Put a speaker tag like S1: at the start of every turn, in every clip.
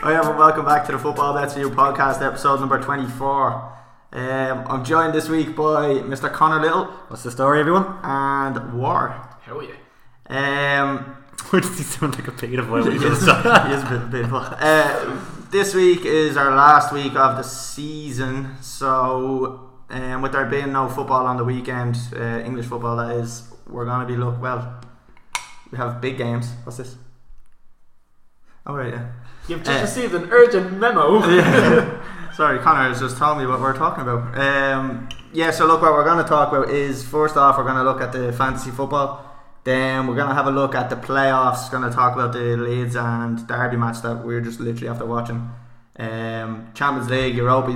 S1: Hi everyone, welcome back to the Football That's You podcast, episode number 24. Um, I'm joined this week by Mr. Connor Little
S2: What's the story, everyone?
S1: and War.
S3: How are you?
S1: Um,
S2: Why does he sound like a pedophile?
S1: he
S2: when he
S1: is
S2: does
S1: he
S2: that?
S1: is a bit of a bit of a- Uh, this week is our last week of the season, so um, with there being no football on the weekend, uh, English football that is, we're going to be look well. We have big games. What's this? Oh, right, yeah.
S3: You've
S1: just
S3: just
S1: Uh,
S3: received an urgent memo.
S1: Sorry, Connor has just told me what we're talking about. Um, yeah, so look, what we're going to talk about is first off, we're going to look at the fantasy football. Then we're going to have a look at the playoffs. Going to talk about the Leeds and Derby match that we are just literally after watching. Um, Champions League, Europa,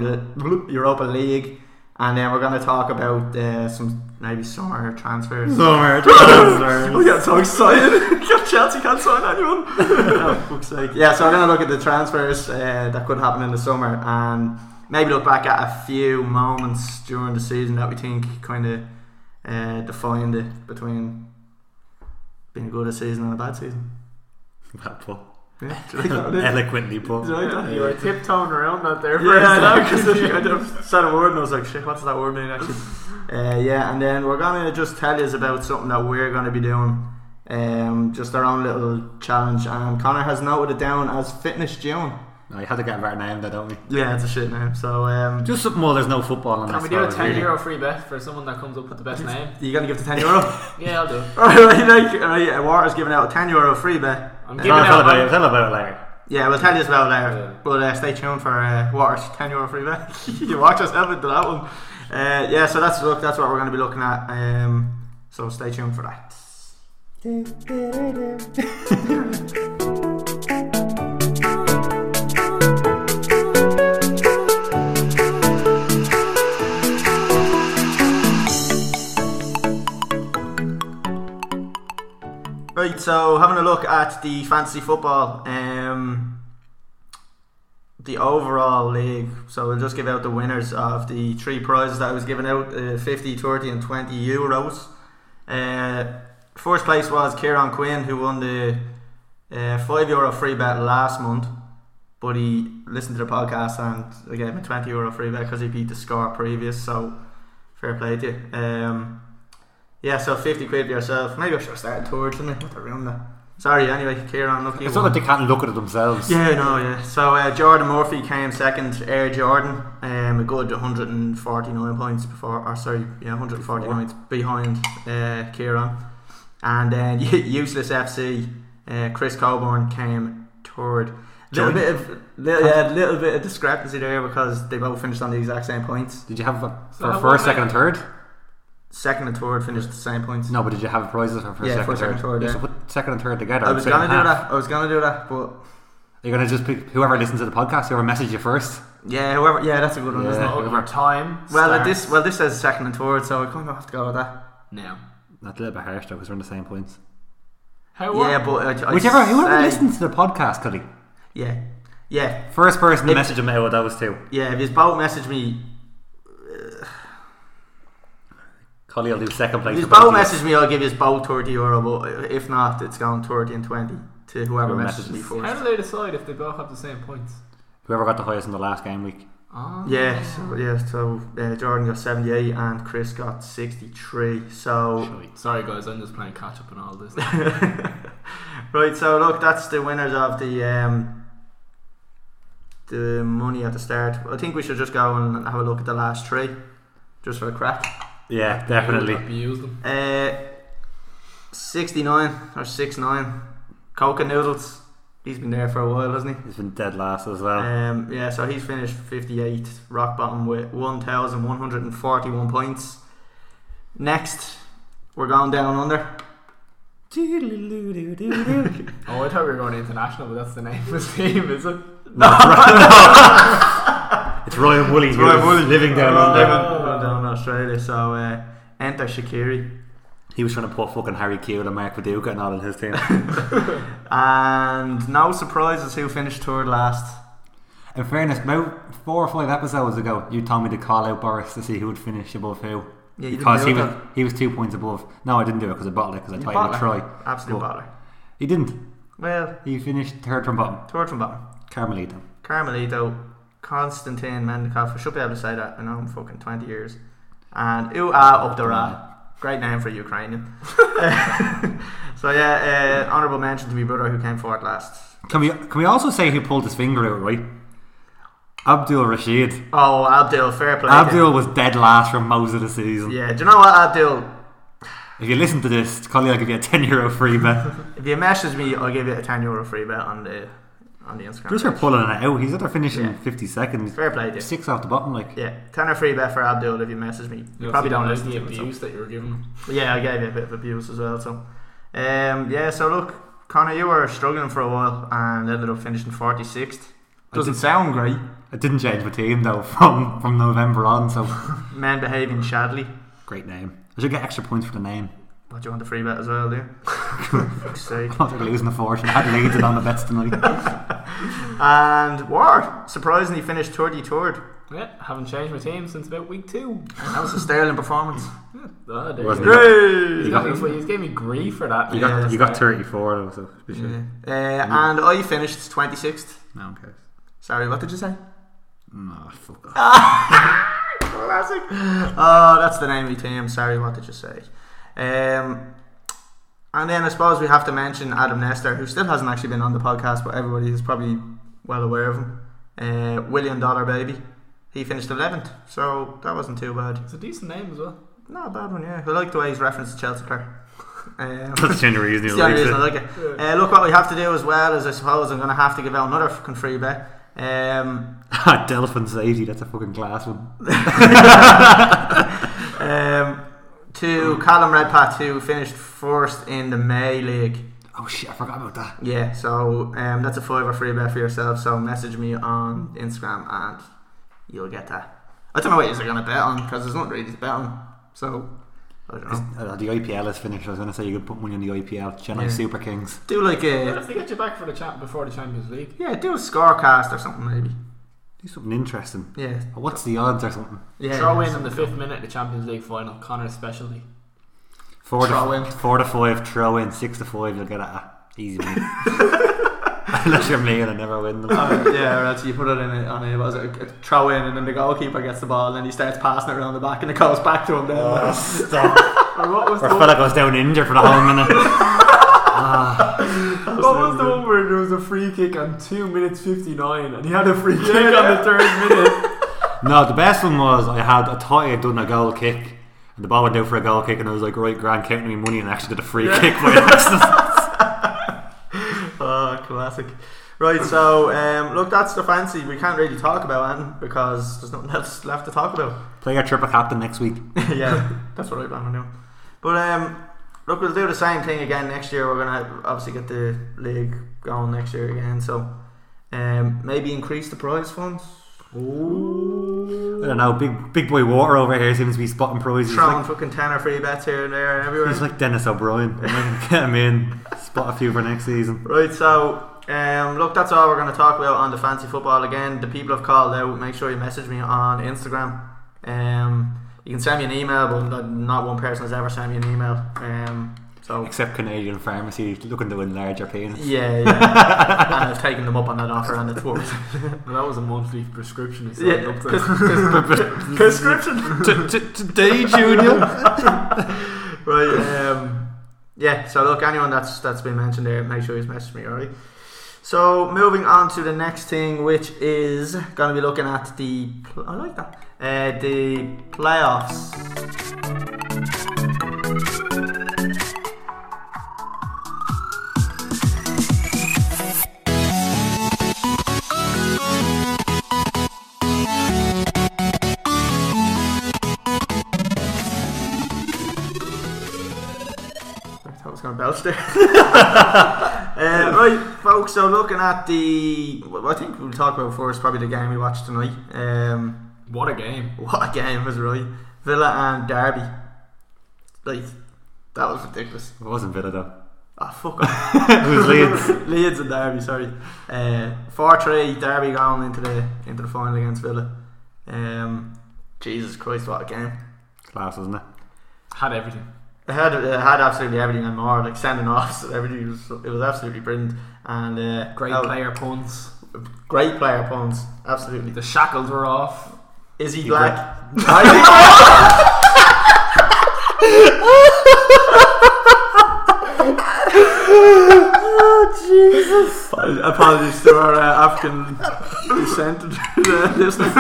S1: Europa League, and then we're going to talk about uh, some maybe summer transfers.
S2: Somewhere.
S1: We
S2: somewhere.
S1: got Oh, so excited. Chelsea can't sign anyone. oh, fuck's sake. Yeah, so we're going to look at the transfers uh, that could happen in the summer and maybe look back at a few moments during the season that we think kind of uh, defined it between being a good season and a bad season.
S2: Well put.
S1: Yeah, do you like that? Did
S2: Eloquently put.
S1: you like that?
S3: you were tiptoeing around out there for
S1: Yeah, I know,
S3: a
S1: because
S3: second.
S1: I just said a word and I was like, shit, what's that word mean actually? Uh, yeah, and then we're going to just tell you about something that we're going to be doing. Um, just our own little challenge. And Connor has noted it down as Fitness June.
S2: No, you had to get a better name, though, don't we?
S1: Yeah, it's a shit name. So, um,
S2: Just something while there's no football on
S3: Can
S2: this
S3: we do a
S2: world,
S3: 10
S2: really.
S3: euro free bet for someone that comes up with the best name?
S1: you going to give the 10 euro?
S3: Yeah, I'll do it.
S1: Alright, like, right, uh, Water's giving out a 10 euro free bet.
S3: I'm
S1: Uh,
S2: Tell,
S3: giving
S2: tell
S3: out-
S2: about it, tell about it later.
S1: Yeah, we'll tell you about it later.
S3: Yeah.
S1: But uh, stay tuned for uh, Water's 10 euro free bet. you watch yourself into that one. Uh, yeah, so that's look. That's what we're going to be looking at. Um, so stay tuned for that. Right, so having a look at the fantasy football, um, the overall league. So we'll just give out the winners of the three prizes that I was giving out uh, 50, 30, and 20 euros. Uh, first place was Kieran Quinn, who won the uh, 5 euro free bet last month. But he listened to the podcast and I gave him a 20 euro free bet because he beat the score previous. So fair play to you. Um, yeah, so 50 quid for yourself. Maybe I should have started towards them. What a room that. Sorry, anyway, Kieran, look you.
S2: It's not
S1: won.
S2: that they can't look at it themselves.
S1: Yeah, no, yeah. So uh, Jordan Murphy came second. Air Jordan, um, a good 149 points before, or sorry, yeah, 149 behind uh, Kieran. And then useless FC, uh, Chris Coburn came third. Little
S2: Jordan.
S1: bit of little, yeah, little bit of discrepancy there because they both finished on the exact same points.
S2: Did you have a,
S3: So
S2: for
S3: how about
S2: first, second, and third?
S1: Second and third finished the same points.
S2: No, but did you have prizes for first,
S1: Yeah,
S2: second,
S1: first, second,
S2: third?
S1: third,
S2: You
S1: yeah.
S2: should put second and third together.
S1: I was
S2: split it
S1: gonna
S2: in
S1: do
S2: half.
S1: that. I was gonna do that, but
S2: You're gonna just pick whoever listens to the podcast, whoever messaged you first.
S1: yeah, whoever. Yeah, that's a good one,
S2: Yeah.
S1: isn't it?
S3: Oh, over time.
S1: Well,
S3: start.
S1: at this well, this says second and third, so I kind of have to go with that.
S3: Now.
S2: That's a little bit harsh though, because we're on the same points.
S3: How
S1: Yeah,
S3: what?
S1: but I, I
S2: Whichever, whoever
S1: say-
S2: listens to the podcast, Cully.
S1: Yeah, yeah,
S2: First person to
S1: If-
S2: message him out of those two.
S1: yeah. If his boat message me,
S2: Cully will do second place.
S1: if his
S2: for both
S1: boat
S2: of you.
S1: message me, I'll give his boat thirty euro. But if not, it's going thirty and twenty to whoever
S2: Whoever
S1: messages me
S2: messages.
S3: How
S1: first.
S3: do they decide if they both have the same points?
S2: Whoever got the highest in the last game week.
S3: Oh.
S1: Yeah, so, yeah. So uh, Jordan got seventy-eight and Chris got sixty-three. So
S2: Shite.
S3: Sorry, guys, I'm just playing catch up and all this.
S1: right, so look, that's the winners of the um, the money at the start. I think we should just go and have a look at the last three, just for a crack.
S2: Yeah, definitely.
S3: Abuse them.
S1: Uh, 69 or 69 Coca Noodles. He's been there for a while, hasn't he?
S2: He's been dead last as well.
S1: Um, yeah, so he's finished 58 rock bottom with 1,141 points. Next, we're going down under.
S3: Oh, I thought we were going international, but that's the name of his team, is it?
S2: No, it's Ryan- it's Ryan Woolley.
S1: It's
S2: who's
S1: Ryan Woolley.
S2: living down
S1: Oh,
S2: under.
S1: down- down in Australia, so uh, enter Shakiri.
S2: He was trying to put fucking Harry Kewell and Mark Viduka and all in his team.
S1: And no surprises who finished third last.
S2: in fairness, about four or five episodes ago, you told me to call out Boris to see who would finish above who.
S1: Yeah, you didn't
S2: because
S1: do
S2: he
S1: it,
S2: was
S1: though.
S2: he was two points above. No, I didn't do it because I bottled it because I
S1: You
S2: thought he would
S1: bottler.
S2: try.
S1: Absolute
S2: Well-
S1: baller.
S2: He didn't.
S1: Well,
S2: He finished third from bottom.
S1: third from bottom.
S2: Carmelito.
S1: Carmelito, Konstantin Mendikov. I should be able to say that. I know I'm fucking 20 years. And Ua Updara. Great name for a Ukrainian. so yeah, uh, honourable mention to my brother who came forward last.
S2: Can we can we also say who pulled his finger out, right? Abdul Rashid.
S1: Oh, Abdul, fair play. to him.
S2: Abdul was dead last for most of the season.
S1: Yeah, do you know what, Abdul?
S2: If you listen to this, Colin, I'll give you a ten euro free bet.
S1: If you message me, I'll give you a 10 euro free bet on the on the Instagram.
S2: Just for
S1: page.
S2: pulling it out, he's at finishing
S1: Yeah.
S2: fifty seconds.
S1: Fair play, dude.
S2: Six off the bottom, like
S1: Yeah, 10 or free bet for Abdul if you message me. You
S3: You'll
S1: probably
S3: see
S1: don't
S3: the-
S1: listen
S3: the
S1: to it, so-
S3: abuse that you were given.
S1: Yeah, I gave you a bit of abuse as well. So, um, yeah. So look, Connor, you were struggling for a while and ended up finishing forty sixth.
S2: I
S1: Doesn't
S2: did-
S1: sound great.
S2: I didn't change my team though from from November on. So
S1: Men behaving shadly.
S2: great name. I should get extra points for the name.
S1: But you want the free bet as well, do you? Fuck's sake.
S2: I'm not losing a fortune. I had Leeds in on the bets tonight.
S1: And War surprisingly finished thirty third.
S3: Yeah, haven't changed my team since about week two.
S1: That was a sterling performance.
S3: Oh, there
S2: Wasn't
S3: you go.
S2: it?
S1: Yay!
S3: You got me, well, you gave me grief for that.
S2: You got
S1: Yeah.
S2: you got thirty four though, so we should-
S1: Yeah. Uh, and I finished twenty sixth.
S2: no one cares.
S1: Sorry, what did you say?
S2: No, fuck off.
S1: Ah. Classic. Oh, that's the name of the team. Sorry, what did you say? Um, and then I suppose we have to mention Adam Nestor, who still hasn't actually been on the podcast, but everybody is probably well aware of him. Uh, William Dollar Baby. He finished 11th, so that wasn't too bad.
S3: It's a decent name as well.
S1: Not a bad one, yeah. I like the way he's referenced Chelsea Clare. Um,
S2: That's the only reason he
S1: it's the only
S2: likes
S1: reason I
S2: it.
S1: like it. Uh, look, what we have to do as well is, I suppose, I'm going to have to give out another fucking free bet. Um,
S2: Delphin's eighty. Ah, That's a fucking class one.
S1: um, to Callum Redpath, who finished first in the May League.
S2: Oh shit, I forgot about that.
S1: Yeah, so um, that's a five or free bet for yourself. So message me on Instagram and you'll get that. I don't know what you're going to bet on because there's nothing really to bet on. So I don't know.
S2: Uh, the IPL is finished. I was going to say you could put money on the IPL. Chennai
S1: Yeah.
S2: Super Kings.
S1: Do like
S3: What
S1: a
S3: if they get you back for the champ before the Champions League?
S1: yeah, do a scorecast or something maybe.
S2: Do something interesting.
S1: Yeah,
S2: Or What's the odds or something?
S1: yeah.
S3: Throw in in the fifth minute of the Champions League final, Connor's specialty.
S2: Four
S1: Throw
S2: to
S1: in.
S2: four to five. Throw in six to five. You'll get a easy win. Unless you're me and I never win them.
S1: Oh, yeah, right. So you put it in a, on a, what is it, a throw in, and then the goalkeeper gets the ball, and then he starts passing it around the back, and it goes back to him. Then
S2: Oh, stop.
S3: Or what was
S2: Or
S3: the
S2: fella goes down injured for the whole minute.
S3: What was the one where there was a free kick on 2 minutes 59 and he had a free kick on the third minute?
S2: No, the best one was I had I thought I had done a goal kick. And the ball went out for a goal kick, and I was like, right, grand, counting me money, and I actually did a free kick. by accident.
S1: Oh, classic. Right, so um, look, that's the fancy. We can't really talk about Anton because there's nothing else left to talk about.
S2: Play your triple captain next week.
S1: yeah, that's what I plan on doing. But um, look, we'll do the same thing again next year. We're gonna obviously get the league going next year again. So um, maybe increase the prize funds.
S2: I don't know, big big boy water over here seems to be spotting prizes. He's
S1: Throwing
S2: like,
S1: fucking ten or free bets here and there and everywhere.
S2: he's like Dennis O'Brien. Get him in, spot a few for next season.
S1: Right, so um, look, that's all we're going to talk about on the fancy football again. The people have called out. Make sure you message me on Instagram. Um, you can send me an email, but not- not one person has ever sent me an email. Um, so
S2: Except Canadian pharmacy looking to enlarge your penis.
S1: yeah, yeah, and I've taken them up on that offer, and it's worked.
S3: Well, that was a monthly prescription he signed
S1: Yeah,
S3: up
S1: pres-
S3: to.
S1: pres- prescription.
S2: Today, Junior.
S1: Right. Um, yeah. So look, anyone that's that's been mentioned there, make sure you message me. All right. So moving on to the next thing, which is going to be looking at the. Pl- I like that. Uh, the playoffs. I thought I was going to belch there. uh, right, folks. So looking at the. well, I think we'll talk about first probably the game we watched tonight. Um,
S3: What a game.
S1: what a game was it, really Villa and Derby. Like that was ridiculous.
S2: It wasn't Villa though.
S1: Ah, fuck off.
S2: It was Leeds.
S1: Leeds and Derby, sorry. Uh, Four three Derby going into the into the final against Villa. Um, Jesus Christ, what a game!
S2: Class, wasn't it?
S3: Had everything.
S1: It had it had absolutely everything and more, like sending offs. Everything was it was absolutely brilliant and uh,
S3: Great
S1: out-
S3: player puns.
S1: Great player, Pons. Absolutely.
S3: The shackles were off.
S1: Is he
S2: He
S1: black?
S3: Apologies to our uh, African descent uh, listeners.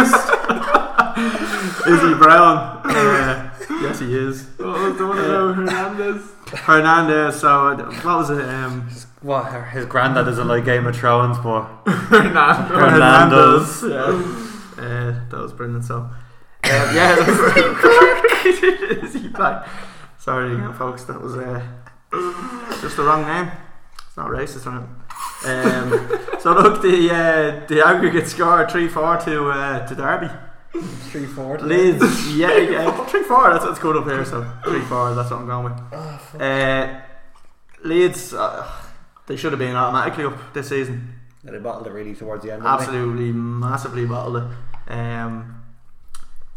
S2: Is he brown?
S1: Uh, yes, he is.
S3: What was the one about Hernandez?
S1: Hernandez. So uh, what was it? Um,
S2: Well, her- his granddad doesn't like Game of Thrones, but
S3: Hernandez.
S2: Hernandez.
S1: Yeah. Uh, that was brilliant. So, um, yeah. is he black? Sorry, again, folks. That was uh, just the wrong name. It's not racist, right? Um, so look, the uh, the aggregate score three four to uh, to Derby.
S2: Three four.
S1: Leeds, yeah, yeah, three four. That's what's called up here. So three four. That's what I'm going with. Uh, Leeds, uh, they should have been automatically up this season.
S4: And they bottled it really towards the end. didn't they?
S1: Absolutely, massively bottled it. Um,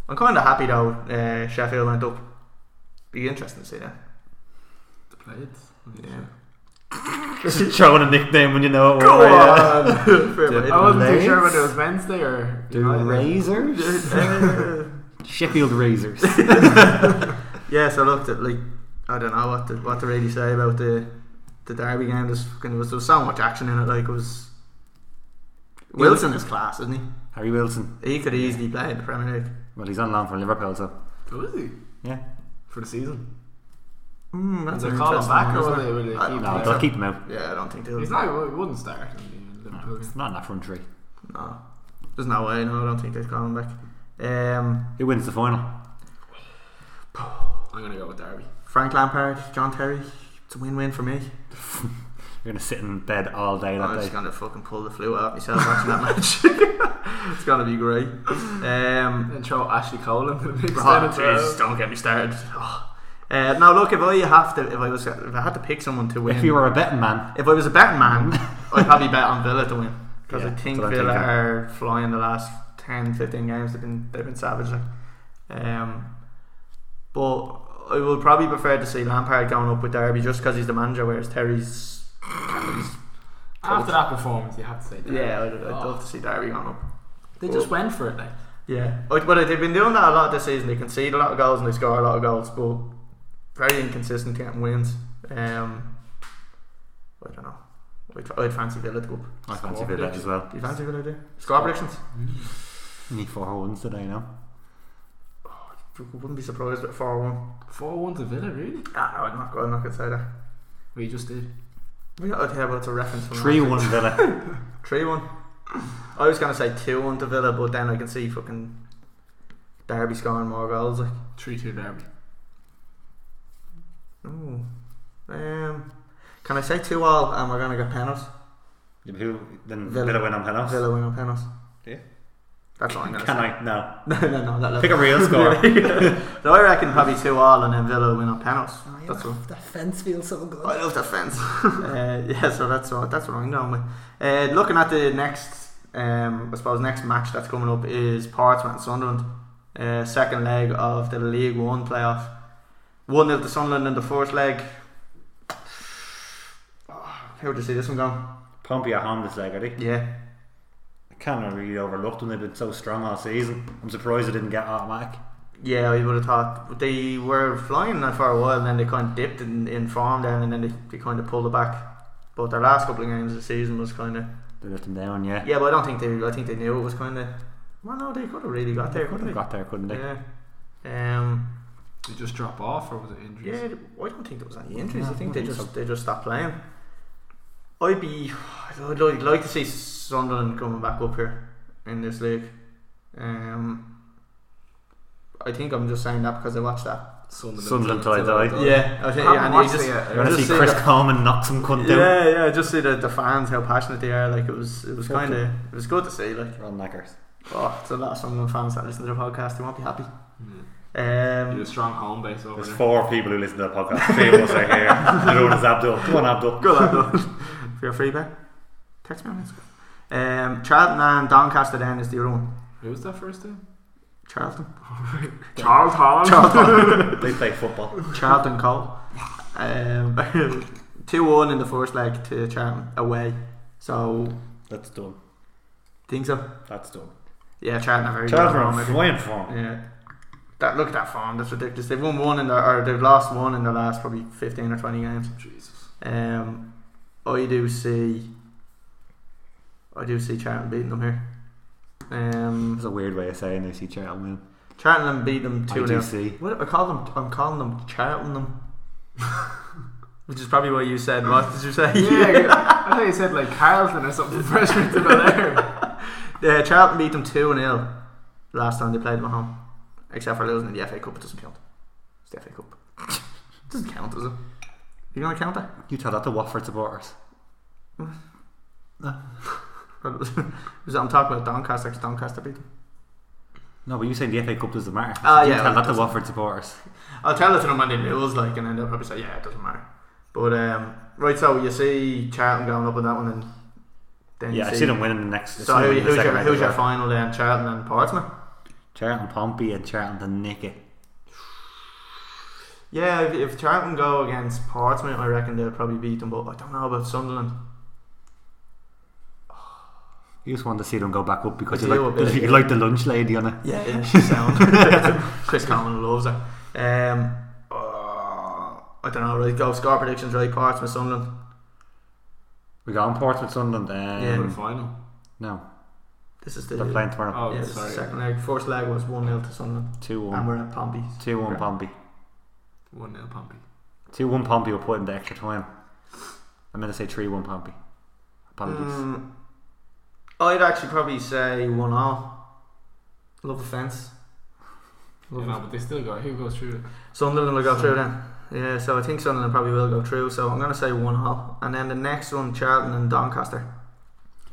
S1: I'm kind of happy though. Uh, Sheffield went up. Be interesting to see that.
S3: The plates.
S2: Showing a nickname when you know it.
S1: Go
S3: Oh,
S2: won't you?
S1: on. Fair
S4: Did
S1: play.
S3: I wasn't too
S4: Blades?
S3: sure whether it was Wednesday or
S4: Do
S3: United.
S4: razors?
S1: Uh,
S2: Sheffield Razors.
S1: yeah, so I looked at like I don't know what to, what to really say about the the derby game. There's fucking there was, there was so much action in it. Like it was Wilson is class, isn't he?
S2: Harry Wilson.
S1: He could easily play in the Premier League.
S2: Well, he's on loan from Liverpool, so
S3: Who is he?
S2: yeah.
S3: For the season.
S1: Mm,
S3: Will they call him back or will they, will they keep
S1: I- I
S3: him?
S2: No,
S1: think
S2: they'll
S1: so.
S2: keep him out.
S1: Yeah, I don't think they'll.
S3: He's not, he wouldn't start. in the Liverpool game.
S2: It's not in that front three.
S1: No, there's no way. No, I don't think they'd call him back. Um,
S2: Who wins the final?
S3: I'm gonna go with Derby.
S1: Frank Lampard, John Terry. It's a win-win for me.
S2: You're gonna sit in bed all day
S1: I'm
S2: that
S1: just
S2: day.
S1: gonna fucking pull the flu out of myself watching that match. it's gonna be great. Um,
S3: And throw Ashley Cole into the mix then
S1: oh,
S3: as
S1: Jesus,
S3: well.
S1: don't get me started. Oh. Uh, now look, if I have to, if I was, if I had to pick someone to win,
S2: If you were a betting man,
S1: if I was a betting man, I'd probably bet on Villa to win because
S2: Yeah,
S1: I think
S2: that's what I'm
S1: Villa
S2: thinking.
S1: are flying the last 10, 15 games. They've been they've been savage. Like. Um, but I would probably prefer to see Lampard going up with Derby just because he's the manager, whereas Terry's.
S3: After that performance, you have to say Derby.
S1: Yeah, I'd, I'd
S3: Oh,
S1: love to see Derby going up.
S3: They just went for it, like.
S1: Yeah, but but they've been doing that a lot this season. They concede a lot of goals and they score a lot of goals, but very inconsistent getting wins. Um, I don't know. I'd, I'd fancy Villa to go up.
S2: I fancy
S1: Score
S2: Villa
S1: predictions.
S2: as well.
S1: Do you fancy Villa there? Score predictions?
S2: Only four wins today, no?
S1: Wouldn't be surprised at 4 1.
S3: 4 1 to Villa, really?
S1: Ah, no, I'm not going, I'm not going to say that.
S3: We just did.
S1: We got okay, well, it's a reference from
S2: 3 1 Villa.
S1: 3 1. I was going to say 2 1 to Villa, but then I can see fucking Derby scoring more goals. Like,
S3: 3 2 Derby.
S1: ooh. Um, can I say 2 all and we're going to get penalties?
S2: Yeah, but Who, then
S1: Villa.
S2: Villa. win on penalties.
S1: Villa win on penalties.
S2: Yeah.
S1: That's all I'm going to
S2: Can
S1: say.
S2: I? No.
S1: No, no, no. That
S2: Pick a real score.
S1: so I reckon probably 2 all and then Villa win on penalties.
S4: Oh, yeah,
S1: That's all.
S4: that fence feels so good.
S1: I love that fence. uh, yeah, so that's what that's what I'm going with. Uh, looking at the next, um, I suppose next match that's coming up is Portsmouth and Sunderland, uh, second leg of the League One playoff. One 0 to Sunderland in the first leg. Oh, how would you see this one going?
S2: Pompey are home this leg, are they?
S1: Yeah,
S2: I can't really overlooked them. They've been so strong all season. I'm surprised they didn't get automatic.
S1: yeah, I would have thought they were flying that for a while, and then they kind of dipped in, in form down, and then they, they kind of pulled it back. But their last couple of games of the season was kind of
S2: They let them down, yeah.
S1: Yeah, but I don't think they. I think they knew it was kind of. Well, no, they could have really got there, couldn't
S2: They
S1: they?
S2: got there, couldn't they?
S1: Yeah. Um.
S3: Did you just drop off or was it
S1: Yeah.
S3: injuries?
S1: I don't think there was any injuries.
S2: No,
S1: I think they
S2: I
S1: just
S2: don't
S1: they just stopped playing. I'd be. I'd like, like to see Sunderland coming back up here in this league. Um. I think I'm just saying that because I watched that.
S3: Sunderland,
S2: Sunderland
S3: till-
S2: till
S3: till
S2: I
S3: they
S2: die.
S3: die.
S1: Yeah, I think.
S3: Haven't
S1: Yeah, and you
S3: watched
S1: just,
S3: it yet.
S2: You
S1: you
S2: want to
S1: just
S2: see Chris
S1: the-
S2: Coleman knock some cunt down?
S1: Yeah, yeah, just see the, the fans how passionate they are. Like it was, it was
S2: Okay.
S1: kind of, it was good to see. Like,
S2: Ron Knackers.
S1: oh, it's a lot of Sunderland fans that listen to the podcast. They won't be happy.
S3: Yeah. You had a
S1: Um,
S3: strong home base over
S2: There's
S3: there.
S2: four people who listen to the podcast. Three of us are here. The other one is Abdul. Come on, Abdul.
S1: good lad, though. For your free bet, text me on Instagram. Um, Charlton and Doncaster then is the other one.
S3: Who was that first team?
S1: Charlton.
S3: Charles Holland.
S1: Charlton.
S2: They play football.
S1: Charlton Cole. Um, 2 1 in the first leg to Charlton away. So
S2: That's done.
S1: Think so?
S4: That's done.
S1: Yeah, Charlton are very
S2: Charlton
S1: good at
S2: are
S1: home, I
S2: on
S1: think.
S2: flying form.
S1: Yeah. That look at that form. That's ridiculous. They've won one in their, or they've lost one in their last probably fifteen or twenty games.
S3: Jesus.
S1: Um, I do see. I do see Charlton beating them here.
S2: That's
S1: Um,
S2: a weird way of saying they see Charlton win.
S1: Charlton beat them
S2: I
S1: two 0
S2: do see.
S1: What I call them? I'm calling them Charlton them. Which is probably what you said. What did you say?
S3: Yeah, I thought you said like Carlton or something fresh into the air.
S1: Yeah, Charlton beat them 2 0 last time they played them at home. Except for losing in the FA Cup, it doesn't count. It's the FA Cup. It doesn't count, does it? You gonna count that?
S2: You tell that to Watford supporters.
S1: Was that- I'm talking about Doncaster 'cause Doncaster beat them.
S2: No, but you saying the FA Cup doesn't matter.
S1: Ah,
S2: you
S1: yeah,
S2: tell
S1: well,
S2: that to Watford supporters.
S1: I'll tell it to them when they lose, like, and then they'll probably say, yeah, it doesn't matter. But, um, right, so you see Charlton going up in that one, and then
S2: Yeah,
S1: you
S2: I
S1: see,
S2: see them winning the next. I see
S1: So,
S2: them
S1: who,
S2: winning the
S1: who's,
S2: second
S1: your,
S2: round
S1: who's
S2: as
S1: your
S2: well.
S1: final then? Charlton and Portsmouth?
S2: Charlton Pompey and Charlton to nick it.
S1: Yeah, if, if Charlton go against Portsmouth, I reckon they'll probably beat them, but I don't know about Sunderland.
S2: You just want to see them go back up because you
S1: I do
S2: like,
S1: a bit,
S2: you
S1: yeah.
S2: like the lunch lady on it.
S1: Yeah, yeah, she's sound. Chris Coleman loves her. Um, uh, I don't know. Right, go score predictions. Right, Portsmouth, Sunderland.
S2: We got on Portsmouth Sunderland.
S1: Yeah.
S2: Um,
S3: final.
S2: No,
S1: This is the,
S2: they're playing tomorrow.
S3: Oh,
S1: yeah, this is the
S3: sorry.
S1: second leg. First leg was one 0 to Sunderland,
S2: Two
S1: and
S2: one,
S1: we're at Pompey's.
S2: two one Pompey,
S3: One 0 Pompey.
S2: two one Pompey will put in the extra time. I'm going to say three one Pompey. Apologies.
S1: Mm, I'd actually probably say one all. Love the fence. Love
S3: You
S1: the
S3: know, but they still got who goes through.
S1: Sunderland will go through then. Yeah, so I think Sunderland probably will go through. So I'm going to say one all, and then the next one, Charlton and Doncaster.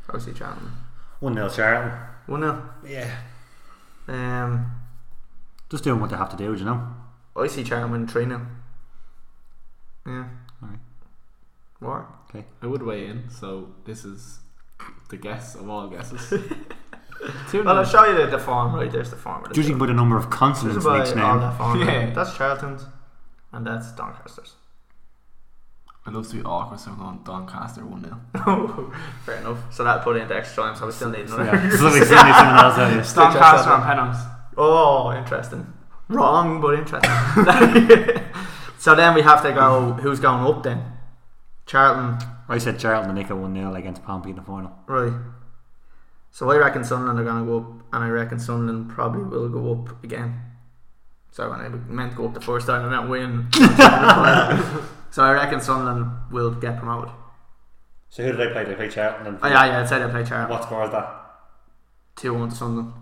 S1: Obviously, Charlton.
S2: One 0 Charlton.
S1: One 0
S4: Yeah.
S1: Um,
S2: Just doing what they have to do, do you know.
S1: I see Charlton winning 3 0. Yeah.
S2: Alright.
S1: What?
S3: I would weigh in, so this is the guess of all guesses. Two
S1: Well, I'll
S3: nil.
S1: show you the, the form, right? There's the form. Right
S2: Judging by the number of
S1: This
S2: consonants
S1: is
S2: in
S1: by all
S2: each name,
S1: that form. right?
S3: Yeah.
S1: That's Charlton's, and that's Doncaster's.
S3: It looks to be awkward, so I'm going Doncaster one 0
S1: Fair enough. So that put it into extra time, so we still need another.
S2: yeah. so we still need someone else out here.
S3: Doncaster and Penhams.
S1: Oh, interesting. Wrong, but interesting. so then we have to go who's going up then? Charlton,
S2: I said Charlton to nick it one 0 against Pompey in the final.
S1: Right. So I reckon Sunderland are going to go up, and I reckon Sunderland probably will go up again. So when I meant to go up the first time and not win. so I reckon Sunderland will get promoted.
S2: So who did they play? They play Charlton. And
S1: Oh, yeah, yeah, I'd say they play Charlton.
S2: What score is that?
S1: 2 1 to Sunderland.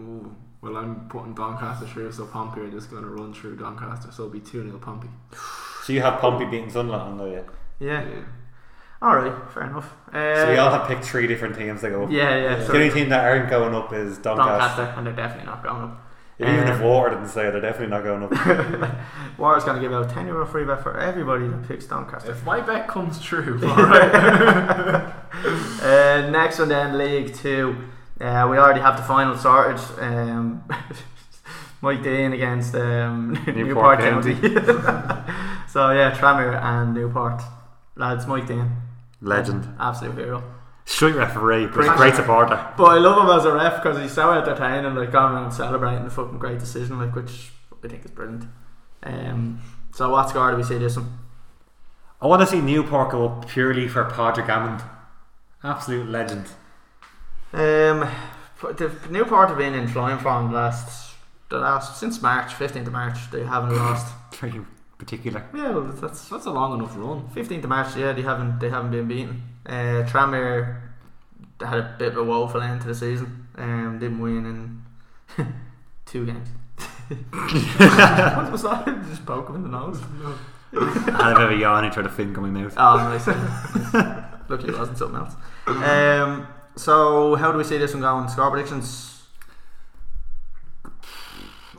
S3: Ooh, well, I'm putting Doncaster through, so Pompey are just going to run through Doncaster, so it'll be two 0 Pompey.
S2: So you have Pompey beating Sunderland, do you?
S1: Yeah. Alright, fair enough. Uh,
S2: So we all have picked three different teams to go up.
S1: yeah, yeah. So
S2: The only team that aren't going up is Doncaster.
S1: Doncaster, and they're definitely not going up.
S2: Even
S1: Um,
S2: if Water didn't say, it, they're definitely not going up.
S1: Warwick's going to give out a 10 euro free bet for everybody that picks Doncaster.
S3: If my bet comes true,
S1: uh, next one then, League Two. Uh, we already have the final sorted. Um, Mike Dean against um, Newport,
S2: Newport
S1: County. so yeah, Tranmere and Newport. Lads, Mike Dean,
S2: Legend.
S1: absolute hero.
S2: Straight referee, but
S1: Pretty
S2: great
S1: much.
S2: supporter.
S1: But I love him as a ref because he's so entertaining, like going around celebrating the fucking great decision, like which I think is brilliant. Um, so what score do we see this one?
S2: I want to see Newport go up purely for Padraig Hammond. Absolute legend.
S1: Um, the Newport have been in flying form last the last since March, fifteenth of March. They haven't lost.
S2: Very particular.
S1: Yeah, well, that's
S3: that's a long enough run.
S1: fifteenth of March. Yeah, they haven't they haven't been beaten. Uh, Tranmere they had a bit of a woeful end to the season. Um, didn't win in two games. what was that? Just poke him in the nose.
S2: I had a bit of a yawn and tried to finger my mouth.
S1: Oh, nice. Luckily, it wasn't something else. Um, so how do we see this one going? Score predictions.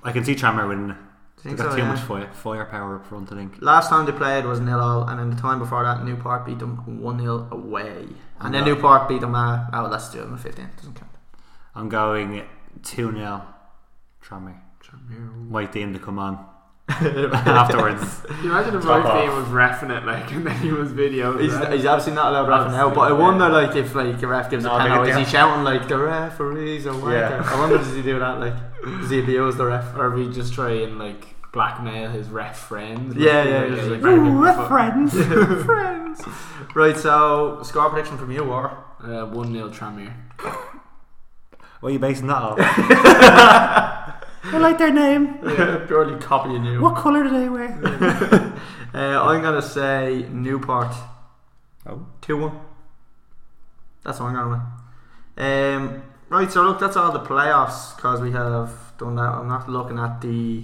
S2: I can see Tranmere winning. it.
S1: I
S2: They
S1: think
S2: got
S1: so,
S2: too
S1: yeah.
S2: much fire, firepower up front, I think.
S1: Last time they played was nil all, and then the time before that, Newport beat them one 0 away, and then
S2: No.
S1: Newport beat them. Uh, oh, that's 2015. Doesn't count.
S2: I'm going 2 0 Tranmere. Mike Dean to come on. afterwards.
S3: Can you imagine if
S2: Fuck
S3: my team
S2: off.
S3: was refing it like, and then he was videoing
S1: He's,
S3: that?
S1: he's obviously not allowed ref now, but I wonder like if like a ref gives
S2: No,
S1: a
S2: I think
S1: penalty, is
S2: it-
S1: he shouting like the referees or what?
S2: Yeah.
S1: I wonder does he do that like does he abuse the ref?
S3: Or we just try and like blackmail his ref friends.
S1: Yeah, yeah, just like,
S3: "Ooh,
S2: friends.
S3: friends.
S1: Right, so score prediction from you, War.
S3: Uh, One 0 Tramier.
S2: What are you basing that on? I like their name.
S1: Purely copying you.
S2: What colour do they wear?
S1: Uh, I'm gonna say Newport
S2: Oh.
S1: two one. That's what I'm gonna win. Um, right, so look, that's all the playoffs because we have done that. I'm not looking at the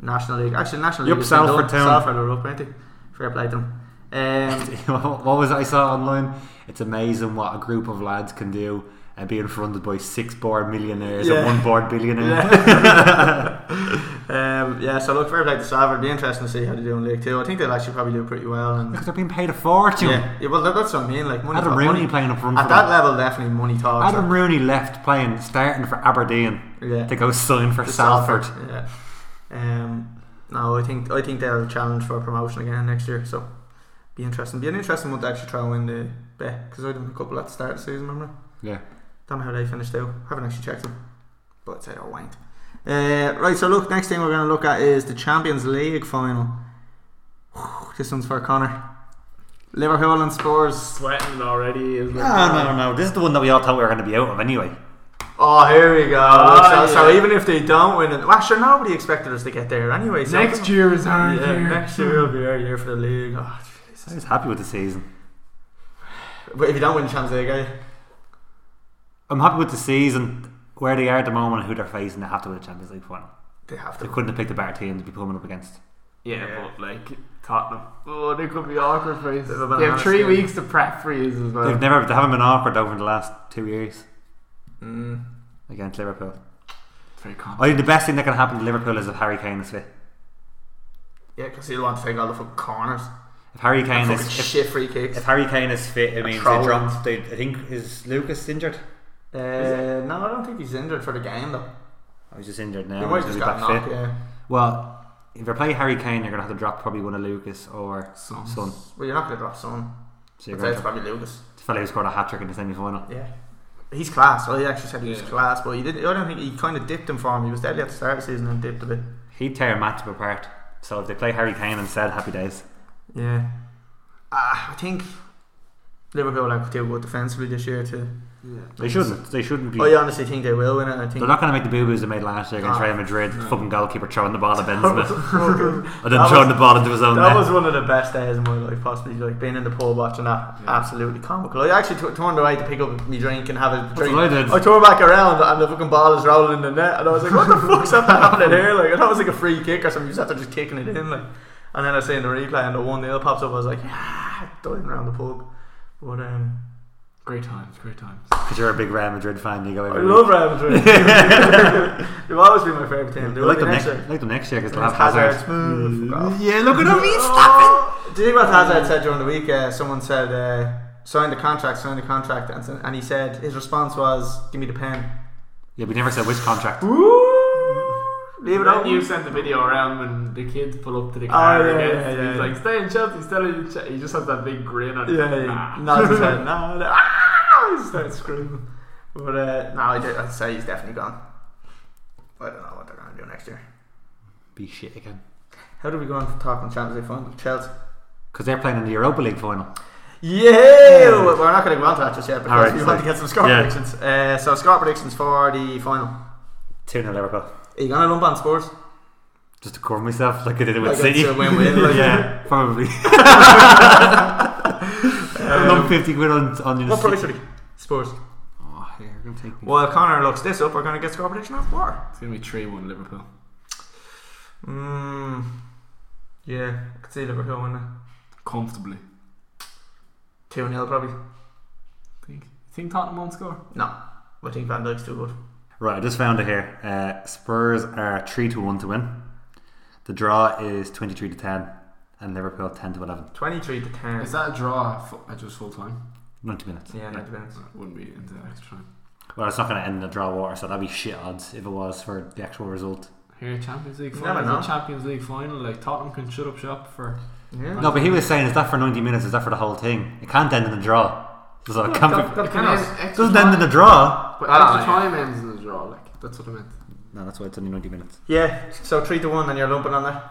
S1: National League. Actually, National
S2: Yup,
S1: League. has been
S2: Salford
S1: done.
S2: Town.
S1: Salford are up, aren't they? Fair play to them. Um,
S2: what was it I saw online? It's amazing what a group of lads can do and being funded by six board millionaires
S1: Yeah.
S2: and one board billionaire.
S1: um, yeah, so look, fair play to Salford. It'll be interesting to see how they do in League Two. I think they'll actually probably do pretty well. And
S2: Because they're being paid a fortune.
S1: yeah, yeah, well, that- that's what I mean. Like money,
S2: Adam
S1: talk-
S2: Rooney
S1: money-
S2: playing up front
S1: at
S2: for
S1: that
S2: them.
S1: level, definitely money talks.
S2: Adam Rooney left playing, starting for Aberdeen
S1: yeah.
S2: to go sign for
S1: To
S2: Salford.
S1: Yeah. Um, no, I think I think they'll challenge for promotion again next year. So be interesting. Be an interesting one to actually try and win the bet because I done a couple at the start of the season. Remember?
S2: Yeah.
S1: Don't know how they finished out. Haven't actually checked them, but I'd say they're wanked. Uh, right. So look, next thing we're going to look at is the Champions League final. this one's for Connor. Liverpool and Spurs.
S3: Sweating already. Is like,
S2: No, no, no. This is the one that we all thought we were going to be out of anyway.
S1: Oh, here we go.
S3: Oh,
S1: so, so
S3: yeah.
S1: even if they don't win, it, well, sure, nobody expected us to get there anyway. So
S3: Next year is our
S1: Yeah,
S3: year.
S1: next year will be our year for the league. Oh, Jesus.
S2: I was happy with the season.
S1: But if you don't win the Champions League, eh?
S2: I'm happy with the season, where they are at the moment, and who they're facing. They have to win the Champions League final.
S1: they have
S2: They
S1: to.
S2: couldn't have picked a better team to be coming up against.
S3: Yeah,
S1: Yeah.
S3: but like Tottenham. Oh, they could be awkward for us.
S1: Bit of a
S3: They
S1: banana
S3: have three
S1: skin.
S3: weeks to prep for us as well.
S1: Um,
S2: They've never, they haven't been awkward over the last two years
S1: Mm.
S2: against Liverpool.
S3: Very
S2: I think the best thing that can happen to Liverpool is if Harry Kane is fit.
S1: Yeah, because he'll want to take all the fucking corners.
S2: If Harry Kane
S1: fucking
S2: is if,
S1: shit free kicks.
S2: if Harry Kane is fit, it
S1: A
S2: means they
S1: troll.
S2: dropped. They, I think is Lucas injured.
S1: uh, no, I don't think he's injured for the game though.
S2: I was just injured now.
S1: he might
S2: Oh, he's
S1: just
S2: gonna
S1: got
S2: be
S1: knocked. Yeah.
S2: Well, if you're playing Harry Kane, you're gonna have to drop probably one of Lucas or
S3: Son.
S2: Son.
S1: Well, you're not going to drop someone.
S2: So you're
S1: It's
S2: going to
S1: probably Lucas.
S2: the fella who scored a hat trick in the semi final.
S1: Yeah. He's class. Oh, he actually said he was
S3: Yeah.
S1: class, but he did. I don't think he kind of dipped him for him. He was deadly at the start of the season and dipped a bit.
S2: He'd tear Matip apart. So if they play Harry Kane instead, happy days.
S1: Yeah. Uh, I think Liverpool are do good defensively this year too.
S3: Yeah.
S2: They shouldn't. They shouldn't be.
S1: I honestly think they will win it. I
S2: They're
S1: think
S2: not going to make the boo boos they made last year against
S1: Ah,
S2: Real Madrid.
S3: no.
S2: Fucking goalkeeper throwing the ball at Ben
S1: That was
S2: Smith
S1: fucking-
S2: and then
S1: that was-
S2: throwing the ball into his own
S1: That
S2: net.
S1: was one of the best days of my life, possibly. Like being in the pub watching that,
S3: Yeah.
S1: absolutely comical. I actually t- turned away to pick up my drink and have a
S2: That's
S1: drink.
S2: what I did.
S1: I turned back around and the fucking ball is rolling in the net, and I was like, "What the fuck's that happening here?" Like, I thought it was like a free kick or something. You just have to just kicking it in, like. And then I see in the replay, and the one nil pops up. I was like, "Yeah, diving around the pub." But um,
S3: Great times, great times.
S2: Because you're a big Real Madrid fan, you go
S1: I
S2: every
S1: love
S2: week.
S1: Real Madrid. They've always been my favorite team.
S2: I
S1: They
S2: like,
S1: will
S2: them
S1: be
S2: next,
S1: next year.
S2: like them next year because they'll have Mm.
S1: It's
S2: Hazard.
S1: Hazard's move. Fuck off.
S2: Yeah, look at him. He's
S1: Do you think what Hazard said during the week? Uh, someone said, uh, sign the contract, sign the contract. And, and he said, his response was, give me the pen.
S2: Yeah, we never said which
S1: Mm.
S2: contract.
S1: Leave it
S3: Then
S1: open.
S3: You sent the video around when the kids pull up to the
S1: Oh,
S3: car.
S1: yeah,
S3: against
S1: yeah,
S3: him.
S1: yeah,
S3: He's
S1: yeah.
S3: like, stay in Chelsea, stay in Chelsea. He just has that big grin on his
S1: Yeah,
S3: face.
S1: yeah.
S3: Nah.
S1: Nods his head. No, no. Ah! He started screaming. But uh, no, I do, I'd say he's definitely gone. I don't know what they're going to do next year.
S2: Be shit again.
S1: How do we go on for talking Champions League final? Chelsea.
S2: Because they're playing in the Europa League final.
S1: Yeah, Well, we're not going to go on to that just yet because
S2: Alright,
S1: we
S2: sorry.
S1: want to get some score
S2: Yeah.
S1: predictions. Uh, so, score predictions for the final. Are
S2: 2 0 Liverpool.
S1: you going to lump on Spurs?
S2: Just to cover myself like I did it with
S1: Like it's
S2: City.
S1: a win-win, like-
S2: yeah, probably. I
S1: Um,
S2: love 50 quid on, on your
S1: What
S2: City.
S1: price are they? Spurs.
S2: Oh, here, I'm gonna take me.
S1: While Connor looks this up, we're going to get score prediction off war.
S3: It's going to be 3 1 Liverpool.
S1: Mm, yeah, I could see Liverpool winning
S3: Comfortably.
S1: 2 0 probably.
S3: Think, think Tottenham won't score?
S1: No, I think Van Dijk's too good.
S2: Right, I just found it here. Uh, Spurs are 3 to 1 to win. The draw is 23 to 10, and Liverpool 10 to 11.
S1: 23 to 10.
S3: Is that a draw fu- at just full time?
S2: 90 minutes.
S1: yeah, 90 minutes.
S3: Wouldn't be into extra time.
S2: Well, it's not going to end in a draw water, so that'd be shit odds if it was for the actual result.
S3: Here, Champions League
S1: You
S3: final,
S1: never know.
S3: Is it Champions League final. Like Tottenham can shut up shop for.
S1: Yeah.
S2: No, but he was saying, is that for 90 minutes? Is that for the whole thing? It can't end in a draw.
S1: Oh,
S2: So it can't be,
S1: Got-
S3: It
S1: got
S3: end-
S1: Canos.
S2: it
S3: extra
S2: doesn't end in a
S3: time-
S2: draw.
S3: But
S1: Ah,
S3: extra time ends in a draw. Like that's what I meant.
S2: No, that's why it's only 90 minutes.
S1: Yeah, so three to one, and you're lumping on there.
S2: I'm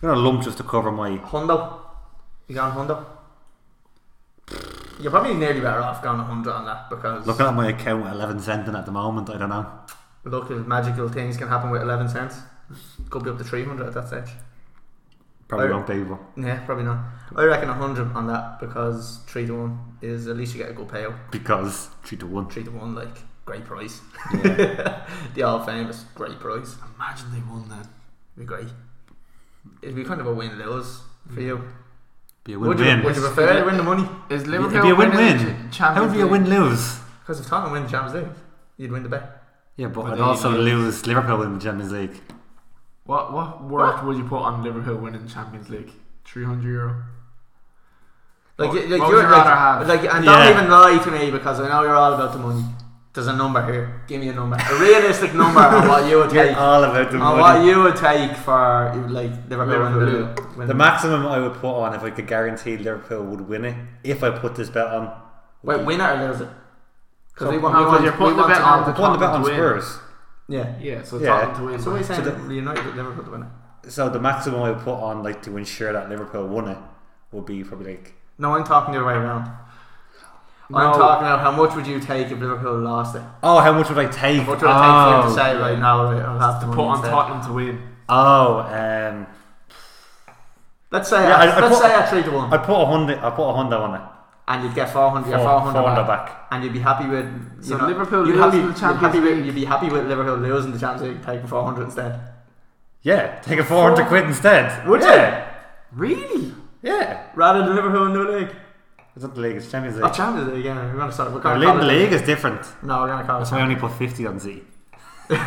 S2: going to lump just to cover my.
S1: Hondo, you going Hondo? You're probably nearly better off going Hondo on that because
S2: Looking at my account with 11 cent in at the moment, I don't know.
S1: look, magical things can happen with 11 cents. Could be up to 300 at that stage.
S2: Probably
S1: Oh.
S2: won't be able.
S1: Yeah, probably not. I reckon 100 on that because 3 to 1 is at least you get a good payout.
S2: Because 3 to 1.
S1: 3 to 1, like, great price.
S2: Yeah.
S1: the all famous great price.
S3: Imagine they won that.
S1: It'd be great. It'd be kind of a win lose for you.
S2: be a
S1: Would you,
S2: win-win.
S1: would you prefer to win the money?
S3: Is Liverpool
S2: It'd be a
S3: winning the
S2: win-win.
S3: Ch-
S2: How
S3: Champions
S2: would be a
S3: League?
S2: win-lose?
S1: Because if Tottenham win the Champions League, you'd win the bet.
S2: Yeah, but,
S3: But
S2: I'd
S3: then you
S2: also
S3: lose.
S2: lose Liverpool in the Champions League.
S3: What what word would you put on Liverpool winning Champions League? Three hundred euro.
S1: Like,
S3: What-
S1: you- like
S3: what would
S1: you're
S3: you rather
S1: like,
S3: have?
S1: like, and
S2: Yeah.
S1: don't even lie to me because I know you're all about the money. There's a number here. Give me a number, a realistic number on what you would take.
S2: all about the
S1: On what you would take for like Liverpool and
S3: Liverpool.
S1: the, win
S2: The maximum I would put on if I could guarantee Liverpool would win it, if I put this bet on.
S1: Wait, win it or lose it? Because
S3: So-
S1: we want,
S3: no,
S1: we
S3: 'cause
S1: want,
S3: you're
S1: we
S3: putting the
S1: want
S3: bet
S1: to
S3: on
S1: know.
S3: the
S2: I put the bet
S3: Tottenham
S2: on
S3: to win.
S2: Spurs.
S1: Yeah.
S3: Yeah, so
S2: Yeah.
S3: Tottenham to win.
S1: So we're saying
S2: So
S1: the United that Liverpool to win it.
S2: So the maximum I would put on, like, to ensure that Liverpool won it, would be probably like
S1: No, I'm talking the other way around.
S3: No.
S1: I'm talking about how much would you take if Liverpool lost it?
S2: Oh, how much would I take?
S1: What would it
S2: oh,
S1: take for you to say right now? right, I'll have to
S3: put on
S2: eh?
S3: Tottenham to win.
S2: Oh, um,
S1: Let's say
S2: Yeah,
S1: I,
S2: I- I
S1: let's
S2: put-
S1: say I three to one,
S2: I put a hundred. I put a hundred on it.
S1: and you'd get four hundred.
S2: Four-
S1: Four hundred
S2: four hundred
S1: back.
S2: back.
S1: and you'd be happy with you
S3: So
S1: know,
S3: Liverpool
S1: you'd
S3: lose
S1: happy,
S3: the
S1: you'd
S3: Champions
S1: happy with,
S3: League.
S1: you'd be happy with Liverpool losing the Champions League, taking four hundred instead.
S2: Yeah, take a four hundred quid instead.
S1: Would
S2: yeah.
S3: Really?
S2: you? Yeah.
S1: Rather than Liverpool in the league,
S2: It's not the league. It's Champions
S1: oh,
S2: League.
S1: Champions League again. We're gonna start. We're
S2: Now,
S1: gonna
S2: leading
S1: call
S2: the
S1: it
S2: league is different.
S1: No, we're gonna call
S2: That's
S1: it.
S2: why I only put fifty on Z.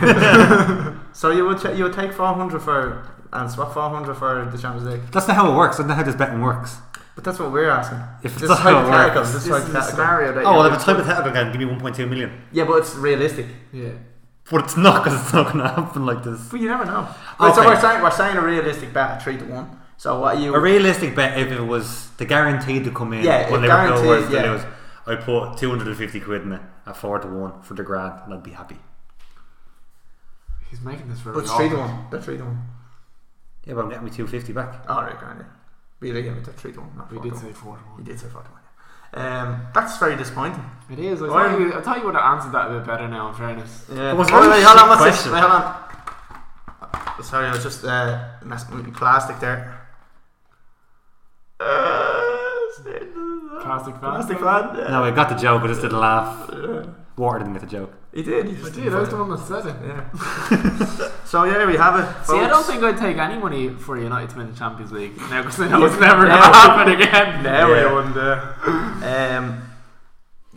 S1: So you would ta- you would take four hundred for and swap four hundred for the Champions League.
S2: That's not how it works. That's not how this betting works.
S1: But that's what we're asking.
S2: If
S1: this
S2: it's
S1: is
S2: how it
S1: hypothetical.
S2: works.
S1: This is
S3: This is a
S1: hypothetical.
S3: scenario that.
S2: Oh, well,
S3: you're
S2: if it's hypothetical, then give me one point two million.
S1: Yeah, but it's realistic.
S3: Yeah.
S2: But it's not because it's not going to happen like this.
S1: But you never know. Right, so
S2: Okay.
S1: we're saying we're saying a realistic bet at three to one. So what you
S2: A realistic bet, if it was the guaranteed to come in,
S1: Yeah,
S2: but
S1: it
S2: Liverpool was
S1: guaranteed,
S2: to
S1: yeah.
S2: lose, I put two hundred and fifty quid in it at four to one for the grand, and I'd be happy.
S3: He's making this very.
S1: But it's three to
S3: awkward.
S1: one. That's three to one.
S2: Yeah, but I'm getting me two fifty back.
S1: All right, grand. We did give it to three to one. Not
S3: We
S1: four to
S3: did
S1: one.
S3: say four to
S1: You
S3: one.
S1: did say four to one. yeah. Um, that's very disappointing.
S3: It is. I
S1: Why-
S3: thought, you, I thought you would have answered that a bit better now. In fairness.
S1: Yeah.
S2: It was a
S1: Uh, wait,
S2: very
S1: wait, hold on, what's this?
S2: question.
S1: Wait, hold on. Sorry, I was just uh, messing with the plastic there. Uh,
S3: Plastic fan.
S1: plastic fan. Yeah.
S2: No, I got the joke. I just didn't laugh. Water didn't get the joke.
S1: He did. He
S3: I
S1: just
S3: did. I was the one that said it.
S1: Yeah. so yeah, we have it.
S3: See, I don't
S1: folks.
S3: think I'd take any money for United to win the Champions League now because I know it's
S1: Yeah.
S3: never going to
S1: Yeah.
S3: happen again.
S1: Now
S2: Yeah.
S1: we won
S3: uh,
S1: the. Um,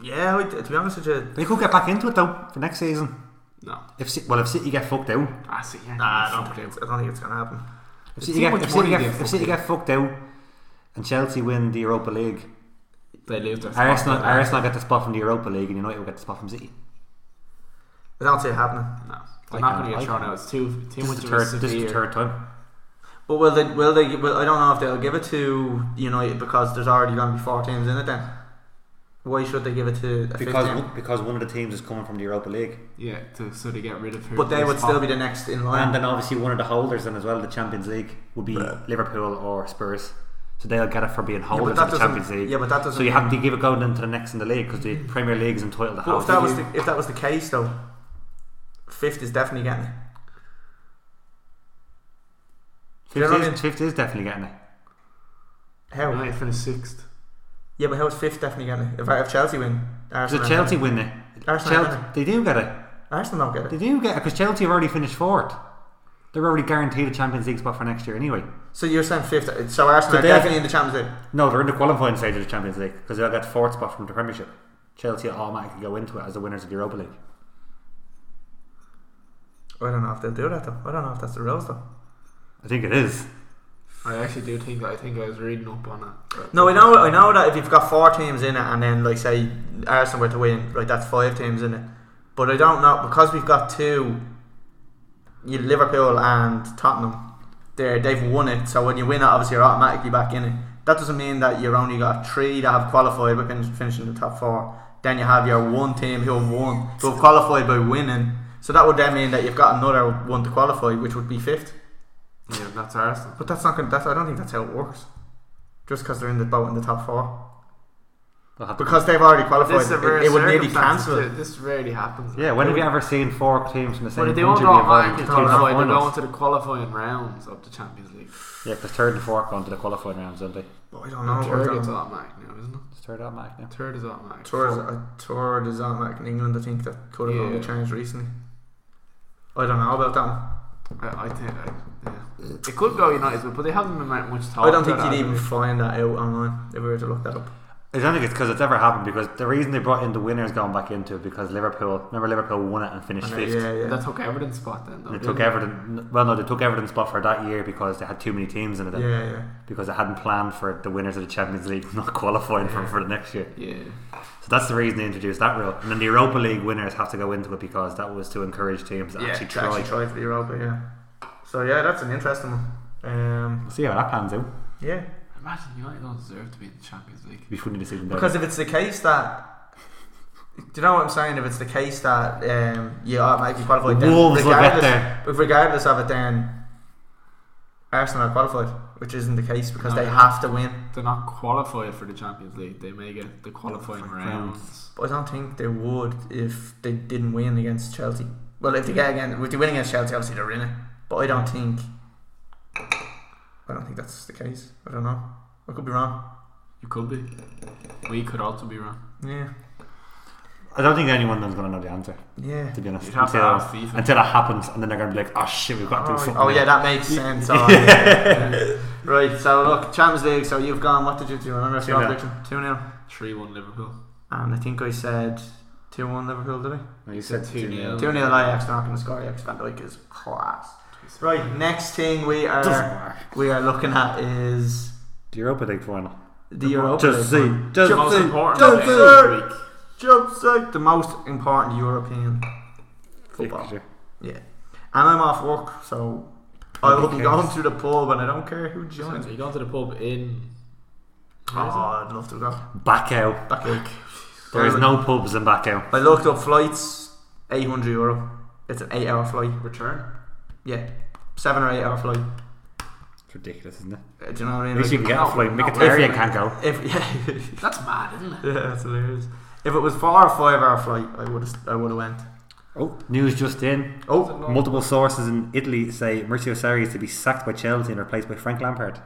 S1: yeah, we- to be honest with you,
S2: They could get back into it though for next season.
S3: No.
S2: If Ci- well, if City get fucked out,
S3: I see. Yeah.
S1: nah, I don't think it's, I don't think it's gonna happen.
S2: if
S3: It's
S2: City,
S3: too
S2: get,
S3: much
S2: if, City
S3: money
S2: get,
S3: they
S2: if
S3: fucked
S2: City
S3: out.
S2: get fucked out, and Chelsea win the Europa League,
S3: They lose their spot.
S2: Arsenal Arsenal get the spot from the Europa League, and United will get the spot from City.
S1: I don't see it happening.
S3: No,
S2: I
S3: they're not
S2: can't-
S3: going to
S2: I
S3: get thrown
S2: can't.
S3: out. It's too too
S2: This
S3: much
S2: is the
S3: of
S2: third.
S3: a severe.
S2: This is the third time.
S1: But will they? Will they? Will, I don't know if they'll give it to United because there's already going to be four teams in it. Then why should they give it to a fifth
S2: Because
S1: team?
S2: because one of the teams is coming from the Europa League,
S3: Yeah, to so they get rid of her.
S1: But they
S3: their
S1: would
S3: spot.
S1: still be the next in line.
S2: and then obviously one of the holders, and as well the Champions League would be Liverpool or Spurs. So they'll get it for being
S1: yeah,
S2: holders
S1: that
S2: of the
S1: doesn't-
S2: Champions League.
S1: Yeah, but that doesn't.
S2: so you have to give it going into the next in the league because the Premier League is entitled to
S1: But
S2: half.
S1: if that
S2: the
S1: was
S2: league.
S1: the, if that was the case though, fifth is definitely getting it.
S2: Fifth
S1: Yeah, I mean-
S2: is, fifth is definitely getting it.
S1: How?
S3: United finished sixth.
S1: Yeah, but how is fifth definitely getting it? If, if Chelsea win,
S2: So
S1: Arsenal.
S2: Chelsea win it.
S1: Arsenal
S2: Chelsea,
S1: win
S2: they do get it.
S1: Arsenal don't get
S2: They
S1: it.
S2: do get it because Chelsea have already finished fourth. They're already guaranteed a Champions League spot for next year anyway.
S1: So you're saying fifth? So Arsenal
S2: So
S1: are
S2: they-
S1: definitely in the Champions League.
S2: No, they're in the qualifying stage of the Champions League because they'll get the fourth spot from the Premiership. Chelsea automatically go into it as the winners of the Europa League.
S1: I don't know if they'll do that though. I don't know if that's the rules though.
S2: I think it is.
S3: I actually do think that. I think I was reading up on it.
S1: No, I know, I know that if you've got four teams in it, and then like say Arsenal were to win, right, that's five teams in it. But I don't know because we've got two you Liverpool and Tottenham, they they've won it. So when you win it, obviously you're automatically back in it. That doesn't mean that you're only got three that have qualified but can finish in the top four. Then you have your one team who have won, who have qualified by winning. So that would then mean that you've got another one to qualify, which would be fifth.
S3: Yeah, that's Arsenal.
S1: But that's not going. That's I don't think that's how it works. Just because they're in the boat in the top four,
S2: They'll have to-
S1: because they've already qualified,
S3: This is a rare
S1: it, it would nearly
S3: circumstance,
S1: cancel it.
S3: too. This rarely happens.
S2: yeah, when have you ever seen four teams from the same
S3: But they
S2: country
S3: won't
S2: be involved
S3: automatically
S2: in two different
S3: qualify. They're going
S2: finals?
S3: to the qualifying rounds of the Champions League.
S2: Yeah, because third and fourth going to the qualifying rounds, don't they?
S1: But I don't know. I
S3: third
S1: don't
S3: is
S1: know.
S3: automatic now, isn't it?
S2: It's third automatic now.
S3: Third is automatic.
S1: Tour is, uh, tour is on like in England. I think that could have
S3: Yeah.
S1: only changed recently. I don't know about that.
S3: I, I think I, yeah. it could go United, but they haven't been that much talk.
S1: I don't think
S3: about
S1: you'd
S3: that,
S1: even
S3: have
S1: find that out online if we were to look that up.
S2: I don't think it's because it's ever happened. Because the reason they brought in the winners going back into it because Liverpool. Remember, Liverpool won it and finished
S1: And, uh,
S2: fifth.
S1: yeah,
S3: they?
S1: yeah.
S3: That took Everton's spot then. Though,
S2: And they
S3: didn't
S2: took Everton. Well, no, they took Everton spot for that year because they had too many teams in it.
S1: yeah,
S2: then.
S1: yeah.
S2: Because they hadn't planned for the winners of the Champions League not qualifying for, for the next year.
S3: Yeah.
S2: So that's the reason they introduced that rule. And then the Europa League winners have to go into it because that was to encourage teams to
S1: Yeah,
S2: actually
S1: to
S2: try.
S1: actually try for Europa. Yeah. So yeah, that's an interesting one. Um,
S2: See how that pans out.
S1: yeah,
S3: Imagine United don't deserve to be in the Champions League.
S2: We shouldn't have seen them there.
S1: because if it's the case that. Do you know what I'm saying? If it's the case that um, you automatically qualified, then
S2: Wolves will get
S1: regardless,
S2: there.
S1: But regardless of it, then Arsenal are qualified, which isn't the case because
S3: No.
S1: they have to win.
S3: They're not qualified for the Champions League. They may get the qualifying
S2: Qualifying
S3: rounds.
S1: But I don't think they would if they didn't win against Chelsea. Well, if they get again, if they win against Chelsea, obviously they're in it. But I don't think, I don't think that's the case. I don't know. I could be wrong.
S3: You could be. We could also be wrong.
S1: Yeah,
S2: I don't think anyone of them's going to know the answer,
S1: yeah.
S2: to be honest.
S3: You'd have to
S2: until,
S3: ask FIFA.
S2: until it happens, and then they're going to be like, oh shit, we've got to do
S1: Oh,
S2: something.
S1: oh, yeah,
S2: else."
S1: that makes sense. Oh, yeah. Right. So look, Champions League. So you've gone. What did you do? Another score
S2: 2-0.
S1: prediction. Two 0
S3: Three one Liverpool.
S1: And I think I said two one Liverpool, did I?
S2: No, you said
S3: 2-0.
S2: 2-0.
S1: Two 0 Ajax. They're not going to score. Ajax Van Dijk is class. Right. Next thing we
S2: Doesn't
S1: are
S2: matter.
S1: we are looking at is
S2: The Europa League final.
S1: the Europa
S2: Just
S1: League.
S2: see. Just
S3: The most
S2: see.
S3: important
S2: Just
S3: match
S2: see.
S3: of the week.
S1: Job sake, the most important European football.
S2: Fixture.
S1: Yeah. And I'm off work, so I will be going to the pub and I don't care who joins.
S3: So you gone to the pub in?
S1: Oh, I'd love to go.
S2: Back out.
S1: Back out.
S2: There is no pubs in back out.
S1: I looked up flights, 800 euro. It's an 8 hour flight.
S3: Return.
S1: Yeah. 7 or 8 hour flight.
S2: It's ridiculous, isn't it?
S1: Uh, do you know what I mean?
S2: At least you can get a flight.
S3: no,
S2: Mkhitaryan
S1: no.
S2: can't go.
S1: If, yeah.
S3: That's mad, isn't it?
S1: yeah, that's hilarious. If it was 4 or 5 hour flight, I would have I would have went.
S2: Oh, news just in.
S1: Oh,
S2: Multiple sources in Italy say Maurizio Sarri is to be sacked by Chelsea and replaced by Frank Lampard.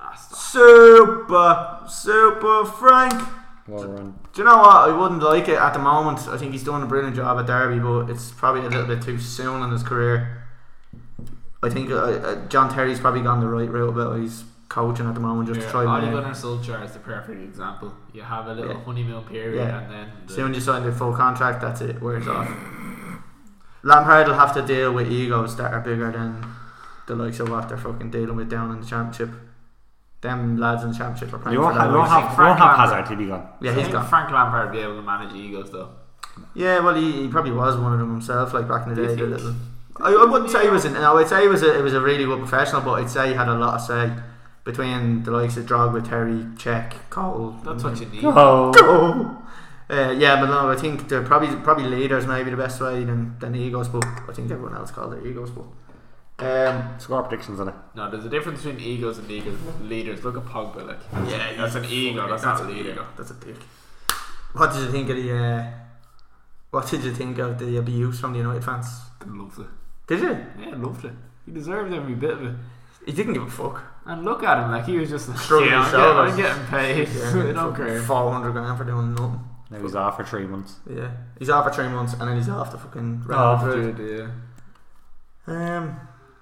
S3: Ah, stop.
S1: super, super Frank.
S2: Well, we're on.
S1: Do you know what? I wouldn't like it at the moment. I think he's doing a brilliant job at Derby, but it's probably a little bit too soon in his career. I think uh, uh, John Terry's probably gone the right route about he's coaching at the moment just
S3: Yeah,
S1: to try
S3: Ole
S1: and win.
S3: Gunnar Solskjaer is the perfect example. You have a little
S1: Yeah.
S3: honeymoon period
S1: Yeah.
S3: and then the,
S1: Soon you sign the full contract, that's it, wears off. Lampard will have to deal with egos that are bigger than the likes of what they're fucking dealing with down in the championship. Them lads in the championship are playing
S2: You won't
S1: for
S2: have,
S1: their
S2: you won't
S1: lives.
S2: have, you won't have Hazard. He'll be gone.
S1: Yeah,
S3: I
S1: he's
S3: think
S1: gone.
S3: Frank Lampard would be able to manage egos though.
S1: Yeah, well, he, he probably was one of them himself, like back in the
S3: Do you
S1: day.
S3: think-
S1: the little- I, I wouldn't say he was an. No, I'd say he was. A, it was a really good professional, but I'd say he had a lot of say between the likes of Drogba, Terry, Czech, Cole.
S3: That's
S1: and-
S3: what you need.
S2: Oh,
S1: Uh, yeah, but no, I think they're probably probably leaders maybe the best way than than egos, but I think everyone else called their egos, but um,
S2: score predictions on it.
S3: No, there's a difference between egos and leaders. Leaders. Look at Pogba, like.
S1: yeah,
S3: that's an ego, that's not a
S1: an
S3: leader.
S1: ego, That's a dick. What did you think of the? Uh, what did you think of the abuse from the United fans?
S3: Loved it.
S1: Did you?
S3: Yeah, loved it. He deserved every bit of it.
S1: He didn't give a fuck.
S3: And look at him, like he was just like,
S1: Shrugging
S3: yeah,
S1: his
S3: I'm,
S1: shoulders.
S3: getting, I'm getting paid. I don't care.
S1: Four hundred grand for doing nothing.
S2: Now he's off for three months.
S1: Yeah, he's off for three months, and then he's off to fucking Real
S2: Oh,
S1: Madrid.
S3: yeah.
S1: Um,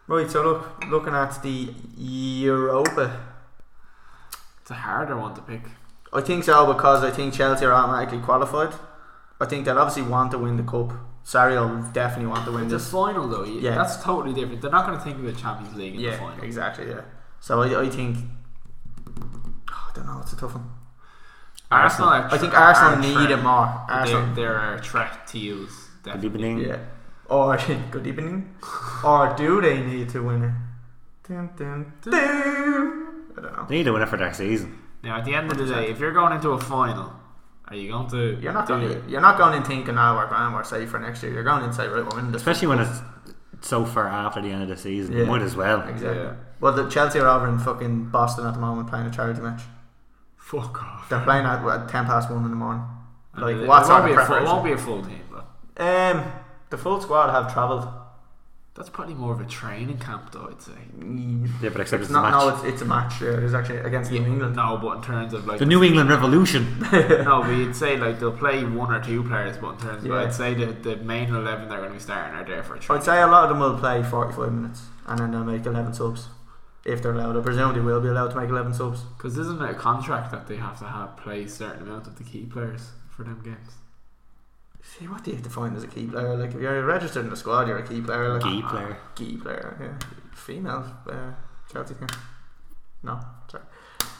S1: right. So look, looking at the Europa,
S3: It's a harder one to pick.
S1: I think so because I think Chelsea are automatically qualified. I think they'll obviously want to win the cup. Sarri will definitely want to win
S3: It's a
S1: this.
S3: final though. Yeah.
S1: Yeah.
S3: That's totally different. They're not going to think about Champions League in the
S1: Yeah,
S3: final.
S1: exactly. Yeah. So I, I think. Oh, I don't know. It's a tough one.
S3: Arsenal. are
S1: I think
S3: tra-
S1: Arsenal
S3: are
S1: need
S3: tra-
S1: it more.
S3: They're,
S1: Arsenal.
S3: they're a threat to use.
S2: Have you
S3: Definitely.
S2: been in?
S1: Yeah. Or good evening. Or do they need to win it? Dun, dun, dun. I don't know.
S2: They need to win it for next season.
S3: Now, at the end of the day, if you're going into a final, are you going to?
S1: You're not
S3: do
S1: going.
S3: it?
S1: You're not going in thinking, "Ah, we're going, we're safe for next year." You're going in saying, "Right, we're winning this."
S2: Especially when it's so far after the end of the season. You
S1: Yeah.
S2: might as well.
S1: Exactly.
S3: Yeah.
S1: Well, the Chelsea are over in fucking Boston at the moment playing a charity match.
S3: Fuck off.
S1: They're playing at, at ten past one in the morning.
S3: And
S1: Like,
S3: it-
S1: what's
S3: it won't
S1: our
S3: be a full, it
S1: preparation?
S3: won't be a full team, but
S1: Um, the full squad have travelled.
S3: that's probably more of a training camp, though. I'd say.
S2: Yeah, but except
S1: It's
S2: it's, a
S1: not. No,
S2: match.
S1: it's, it's a match. Yeah, it is actually against New England.
S3: No, but in terms of like
S2: the New England Revolution.
S3: no, but you'd say like they'll play one or two players, but in terms of
S1: Yeah.
S3: I'd say the the main eleven they're going to be starting are there for a training.
S1: I'd say a lot of them will play forty-five minutes, and then they'll make eleven subs if they're allowed. I presume they will be allowed to make eleven subs.
S3: Because isn't it a contract that they have to have play a certain amount of the key players for them games?
S1: See, what do you define as a key player? Like, if you're registered in the squad, you're a key player. Like, "Ah."
S2: Key player.
S1: Key player, yeah. Female, uh, Chelsea fan. No, sorry.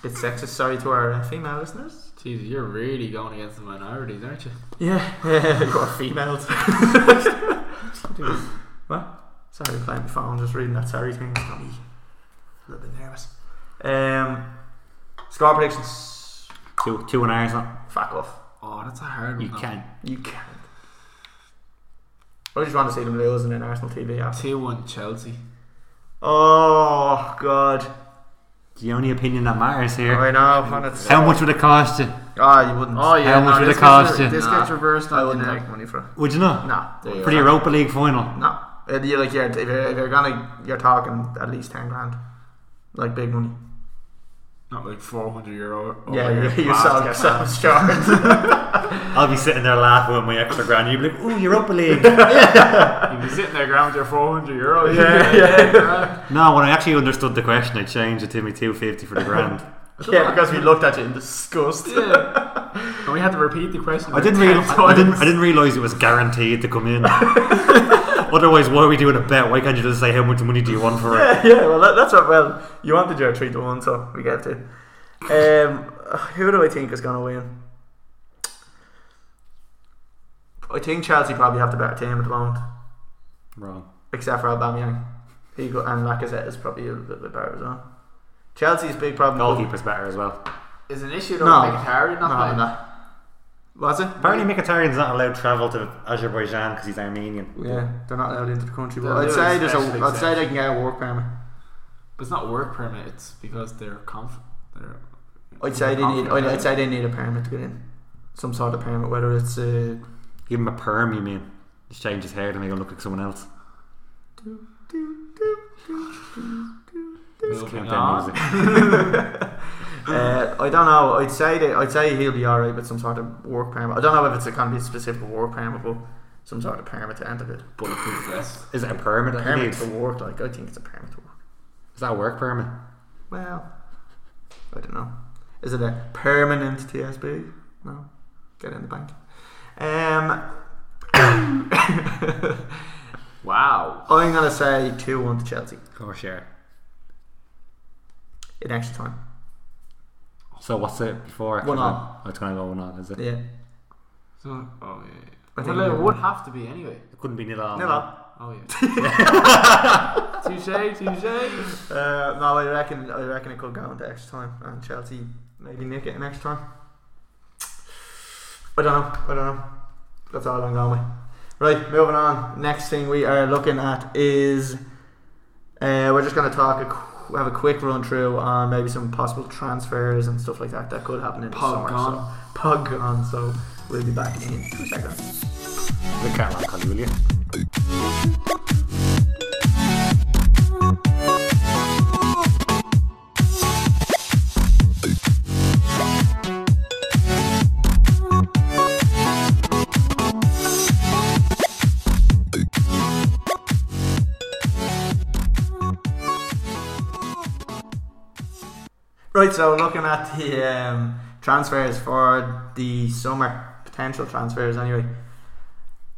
S1: Bit sexist, sorry to our uh, female listeners.
S3: Jeez, you're really going against the minorities, aren't you?
S1: Yeah, you are females. what? Sorry, playing my phone, just reading that sorry thing. Got me a little bit nervous. Um, score predictions.
S2: Two, two in Arsenal.
S1: Fuck off.
S3: Oh, that's a hard
S2: You
S3: one.
S2: can't.
S1: You can't. I just want to see them lose in an Arsenal TV app.
S3: Two one Chelsea.
S1: Oh, God.
S2: It's the only opinion that matters here.
S1: I know, and it's.
S2: How much would it cost you?
S1: Ah, you wouldn't.
S3: Oh yeah,
S2: How much
S3: no,
S2: would
S3: this
S2: it cost
S3: gets,
S2: you?
S3: This
S1: Nah.
S3: gets reversed
S1: I
S3: on
S1: wouldn't
S3: the
S1: make
S3: net.
S1: money for it.
S2: Would you not?
S1: No.
S3: Yeah.
S2: For the Europa League final.
S1: No. Uh, You're like, you're, if, you're, if you're gonna, you're talking at least 10 grand. Like big money.
S3: Not like four hundred euro. or-
S1: yeah,
S3: or
S1: you, you sold
S3: bastard.
S1: yourself short.
S2: I'll be sitting there laughing with my extra grand. You'd be like, ooh, Europa League.
S3: You'd be sitting there, ground with your four hundred euro.
S1: Yeah,
S3: yeah.
S2: no, when I actually understood the question, I changed it to me 250 for the grand.
S1: yeah, because we looked at you in disgust.
S3: yeah. And we had to repeat the question.
S2: I didn't,
S3: like
S2: real-
S3: 10
S2: I, didn't,
S3: times.
S2: I didn't realise it was guaranteed to come in. Otherwise, why are we doing a bet? Why can't you just say how much money do you want for it?
S1: yeah, well, that, that's what, well, you wanted your 3 to 1, so we gave it to. Um, who do I think is gonna win? I think Chelsea probably have the better team at the moment,
S2: Wrong.
S1: except for Aubameyang. He go, and Lacazette is probably a little bit better as well. Chelsea's big problem.
S2: Goalkeeper's better as well.
S3: Is an issue
S1: No.
S3: though? No. Mkhitaryan not
S1: No,
S3: playing.
S1: no. Was it?
S2: Apparently, Mkhitaryan's not allowed travel to Azerbaijan because he's Armenian.
S1: Yeah, they're not allowed into the country. But
S3: They'll
S1: I'd
S3: do
S1: say
S3: a
S1: there's a.
S3: special
S1: I'd say
S3: exemption.
S1: they can get a work permit.
S3: But it's not work permit. It's because they're conf. They're.
S1: I'd say they need. I'd, I'd say they need a permit to get in. Some sort of permit, whether it's uh,
S2: Give him a perm, you mean? Just change his hair to make him look like someone else.
S3: Moving
S2: Countdown
S3: on.
S2: music.
S1: uh, I don't know. I'd say that. I'd say he'll be all right with some sort of work permit. I don't know if it's going to be a specific work permit, but some sort of permit to enter it.
S3: Bulletproof vest.
S2: Is it a permit? that he
S1: Permit
S2: needs?
S1: to work, like I think it's a permit to work.
S2: Is that a work permit?
S1: Well, I don't know. Is it a permanent TSB? No. Get it in the bank. Um,
S3: Wow.
S1: I'm gonna say two one to Chelsea
S2: Of course, yeah.
S1: in extra time.
S2: So what's it before?
S1: One
S2: on. Oh, it's going to go one on, is it?
S1: Yeah.
S3: So, oh yeah.
S1: I think
S3: Well, it
S1: we-
S3: would have to be anyway.
S2: It couldn't be nil on.
S1: No, no.
S3: Oh yeah. touche, touche.
S1: Uh, no, I reckon. I reckon it could go into extra time, and Chelsea maybe nick it in extra time. I don't know. I don't know. That's all I'm going with. Right, moving on. Next thing we are looking at is uh, we're just going to talk. A, qu- have a quick run through on maybe some possible transfers and stuff like that that could happen in the summer.
S3: Pog gone.
S1: So, Pog gone. So we'll be back in two seconds.
S2: The cat rock, will you?
S1: Right, so looking at the um, transfers for the summer, potential transfers anyway.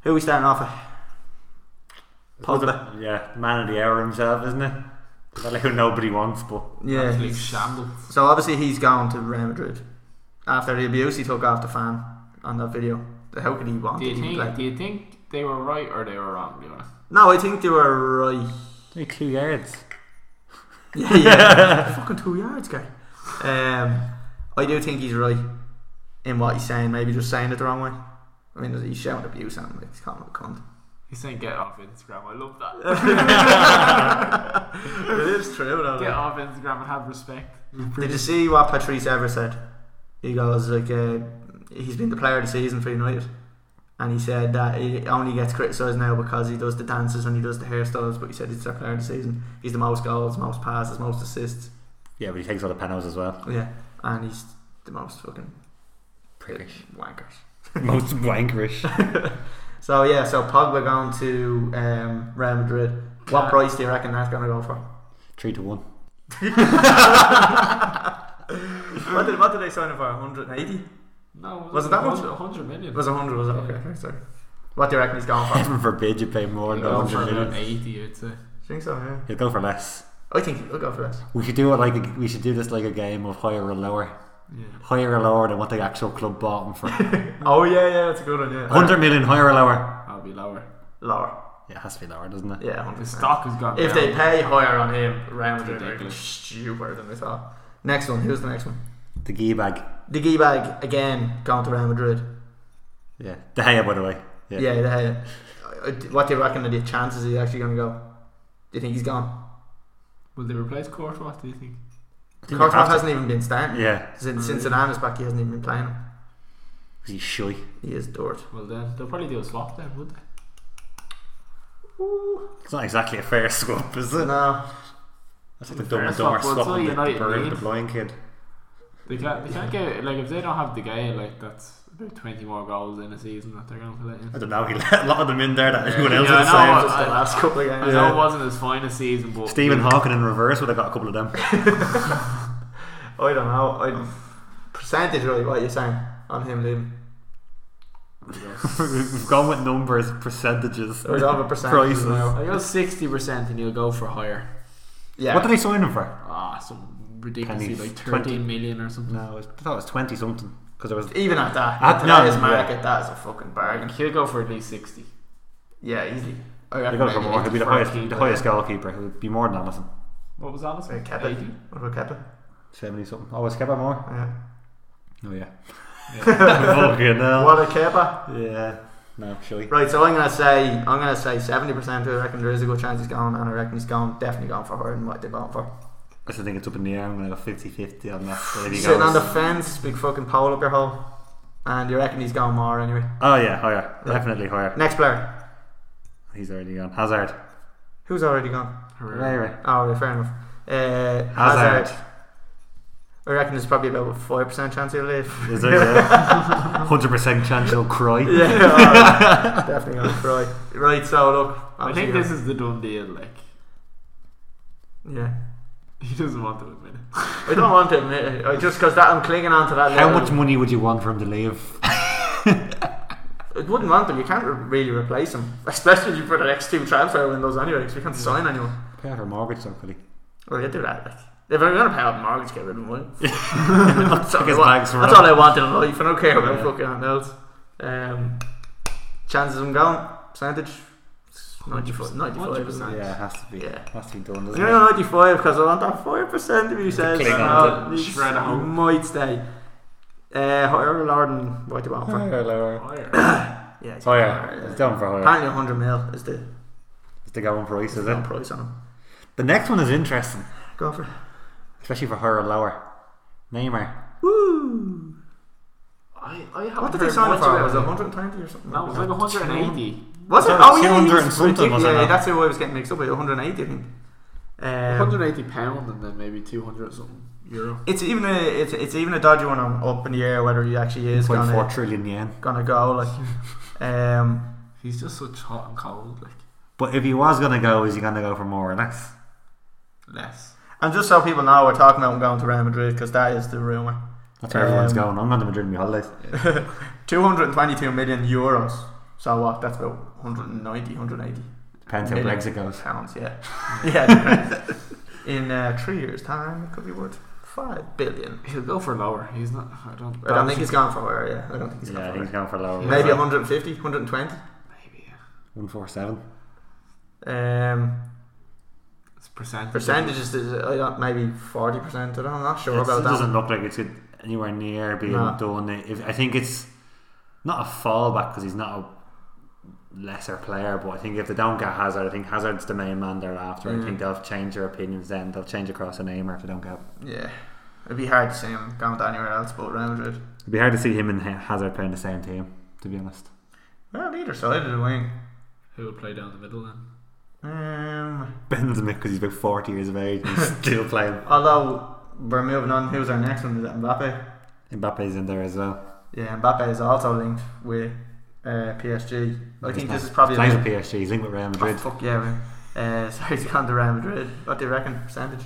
S1: Who we starting off with? Pogba.
S2: Yeah, man of the hour himself, isn't it? Well, who nobody wants, but
S1: Yeah.
S3: Absolute
S1: he's-
S3: shambles.
S1: So obviously he's gone to Real Madrid after the abuse he took off the fan on that video. How could he want
S3: Do
S1: it?
S3: you
S1: He
S3: think?
S1: played-
S3: Do you think they were right or they were wrong. You know.
S1: No, I think they were right.
S2: Only two yards.
S1: Yeah, yeah. fucking two yards, guy. Um, I do think he's right in what he's saying. Maybe just saying it the wrong way. I mean, he's shouting abuse at him. Like, he's calling him a cunt.
S3: He's saying get off Instagram. I love that.
S1: it is true, though.
S3: get off Instagram and have respect.
S1: Did you see what Patrice ever said? He goes like, uh, he's been the player of the season for United, and he said that he only gets criticised now because he does the dances and he does the hairstyles. But he said he's the player of the season. He's the most goals, most passes, most assists.
S2: Yeah, but he takes all the penalties as well.
S1: Yeah, and he's the most fucking
S2: Prickish.
S1: wankers.
S2: Most wankerish.
S1: So yeah, so Pogba going to um, Real Madrid. What price do you reckon that's going to go for?
S2: Three to one.
S1: What did, what did they sign him for? 180?
S3: No,
S1: Was it that much?
S3: 100, 100 million.
S1: It was 100, was it? Okay, right, sorry. What do you reckon he's going for?
S2: Heaven forbid you pay more than
S3: Yeah,
S2: no,
S3: over
S2: 100 million.
S3: 80, I'd say.
S1: think so, yeah.
S2: He'll go for less.
S1: I think he'll go for this.
S2: We should do it like a, we should do this like a game of higher or lower,
S3: Yeah.
S2: higher or lower than what the actual club bought him for.
S1: Oh, yeah, yeah, that's a good one, yeah.
S2: 100 million higher or lower.
S3: I'll be lower.
S1: Lower.
S2: Yeah, it has to be lower, doesn't it?
S1: Yeah,
S3: The
S1: 100.
S3: stock has gone
S1: If
S3: down.
S1: they pay higher on him, Real Madrid are
S3: Ridiculous.
S1: stupider than we thought. Next one, who's the next one?
S2: The gee bag.
S1: The G-Bag, again, going to Real Madrid.
S2: Yeah, the Gea, by the way. Yeah.
S1: Yeah, the head. What do you reckon are the chances he's actually going to go? Do you think he's gone?
S3: Will they replace Courtois, do you think?
S2: Didn't
S1: Courtois
S2: have to-
S1: hasn't even been starting.
S2: Yeah,
S1: Since, since Zidane is back, he hasn't even been playing him.
S2: 'cause he's shy.
S1: He is dirt.
S3: Well, then, they'll probably do a swap then, would they?
S2: It's not exactly a fair swap, is it?
S1: No,
S2: That's like the
S3: Fair
S2: Dumbledore
S3: swap,
S2: swap,
S3: well, it's all
S2: swapping the,
S3: United
S2: the bird,
S3: need.
S2: the blind kid.
S3: They can't, they can't get, like, if they don't have the guy, like, that's about 20 more goals in a season that they're going to let in.
S2: I don't know. He let a lot of them in there that anyone else
S3: Yeah,
S2: would
S3: I know,
S2: have
S3: I-
S2: saved.
S1: the last couple of games.
S3: I know it wasn't his finest season, but.
S2: Stephen Hawking in reverse would have got a couple of them.
S1: I don't know. I, percentage, really, what you're saying on him leaving.
S2: We've gone with numbers, percentages,
S1: We're going with percentages
S2: prices.
S1: now.
S3: I go 60% and he'll go for higher.
S1: Yeah.
S2: What did they sign him for?
S3: Ah, some ridiculously,
S2: Pennies.
S3: like
S2: 20.
S3: 13 million or something.
S2: No, it was, I thought it was twenty something because there was
S1: Even at that,
S2: At
S1: at today's
S2: none,
S1: market, that is a fucking bargain.
S3: He'll go for at least 60.
S1: Yeah, easily. I
S2: they
S1: reckon
S2: got it for
S1: maybe
S2: more. He'd be the
S1: 85.
S2: highest, the highest goalkeeper. It would be more than Allison.
S3: What was Allison?
S1: Uh, Kepa.
S3: 80?
S1: What about Kepa?
S2: Seventy something. Oh, was Kepa more?
S1: Yeah.
S2: Oh yeah. Fucking hell.
S1: What a Kepa.
S2: Yeah. No, shall we?
S1: Right, so I'm gonna say I'm gonna say seventy percent. I reckon there is a good chance he's gone, and I reckon he's gone definitely gone for her and what they're going for.
S2: I still think it's up in the air. I'm gonna go 50-50 on that. So there you
S1: Sitting
S2: go.
S1: on the fence, big fucking pole up your hole, and you reckon he's gone more anyway.
S2: oh yeah, higher, definitely higher.
S1: Next player,
S2: He's already gone. Hazard.
S1: who's already gone?
S3: Herrera.
S2: Right, right.
S1: Oh, right, fair enough. Uh,
S2: Hazard.
S1: Hazard. I reckon there's probably about a five percent chance he'll leave.
S2: Is there hundred percent chance he'll cry?
S1: Yeah, oh, definitely gonna cry. Right, so look,
S3: I think this is the done deal, like.
S1: yeah.
S3: He doesn't want to admit it.
S1: I don't want to admit it. I just because that I'm clinging on to that.
S2: How
S1: little-
S2: much money would you want for him to leave?
S1: I wouldn't want them. You can't re- really replace them, especially for the next two transfer windows anyway. Because we can't sign anyone.
S2: Pay out her mortgage, so could he?
S1: Well, you do that. Like, if I'm gonna pay off the mortgage, get rid of them. that's all, I
S2: His
S1: want.
S2: bags were
S1: that's
S2: up.
S1: all I want in life. I don't care about
S2: Yeah.
S1: fucking anything else. Um, chances of him going percentage 95, 95 isn't it?
S3: 100%.
S2: Yeah, it has to be.
S1: Yeah.
S2: Has to be done. Doesn't
S1: You're
S2: it?
S1: not 95 because I want that 5% of you says
S2: cling
S1: no,
S2: on
S3: to
S1: you
S3: shred of hope.
S1: might stay. Uh, higher Lord and what do you want for?
S2: Higher, Oh, lower.
S3: Higher.
S1: Yeah,
S2: Oh,
S1: it's
S2: Higher. It's done for higher.
S1: Apparently 100 mil is the
S2: It's the going price, is
S1: no
S2: it?
S1: price on him.
S2: The next one is interesting,
S1: Go for it.
S2: especially for her or lower. Neymar.
S1: Woo!
S3: I, I haven't
S1: What did
S3: heard
S1: they sign
S3: much
S1: it for?
S3: about
S1: Was it
S3: him.
S1: 120 or something?
S3: No, it was like 180.
S1: Was it?
S2: I thought
S1: Oh, yeah,
S2: 200
S1: yeah,
S2: and
S1: it's
S2: something,
S1: ridiculous.
S2: wasn't
S1: yeah,
S2: it?
S1: that's the way I was getting mixed up with 180, I think. Um,
S3: 180 pound and then maybe 200 or something euro.
S1: it's even a it's, it's even a dodgy one. I'm up in the air whether he actually is
S2: Point four
S1: gonna
S2: trillion yen.
S1: gonna go like. Um,
S3: He's just such hot and cold, like
S2: But if he was gonna go, is he gonna go for more or less?
S3: less.
S1: and just so people know, we're talking about him going to Real Madrid because that is the rumor.
S2: That's where everyone's
S1: Um,
S2: going. I'm going to Madrid on my holidays.
S1: 222 million euros. So what? That's about 190, 180
S2: Depends how
S1: Maybe.
S2: Brexit goes.
S1: pounds. Yeah, yeah. In uh, three years' time, it could be worth five billion.
S3: He'll go for lower. He's not. I don't.
S1: I don't think he's gone for her. Yeah, I don't think he's
S2: yeah, I
S1: gone
S2: think
S1: for
S2: he's going for lower.
S1: her. Maybe
S2: Yeah.
S1: 150, 120.
S3: Maybe. Yeah.
S2: One four seven.
S1: Um,
S3: It's percentage.
S1: percentages is uh, maybe forty percent. I don't. I'm not sure
S2: It
S1: about that.
S2: doesn't look like it's anywhere near being
S1: No.
S2: done. If, I think it's not a fallback because he's not a lesser player, but I think if they don't get Hazard, I think Hazard's the main man thereafter.
S1: Mm.
S2: I think they'll change their opinions then. They'll change across a name or if they don't get.
S1: Yeah, it'd be hard to see him going to anywhere else but Real Madrid.
S2: It'd be hard to see him and Ha- Hazard playing the same team, to be honest.
S1: Well, either side of the wing.
S3: Who would play down the middle then?
S1: Um,
S2: Benzema because he's about 40 years of age and he's still playing.
S1: although we're moving on, who's our next one? Is it Mbappe?
S2: Mbappe's in there as well.
S1: Yeah, Mbappe is also linked with uh, PSG. I think this is probably
S2: He's
S1: a
S2: with PSG, he's linked with Real
S1: Oh,
S2: Madrid.
S1: fuck yeah, man. Uh, sorry, he's gone to Real Madrid. What do you reckon percentage?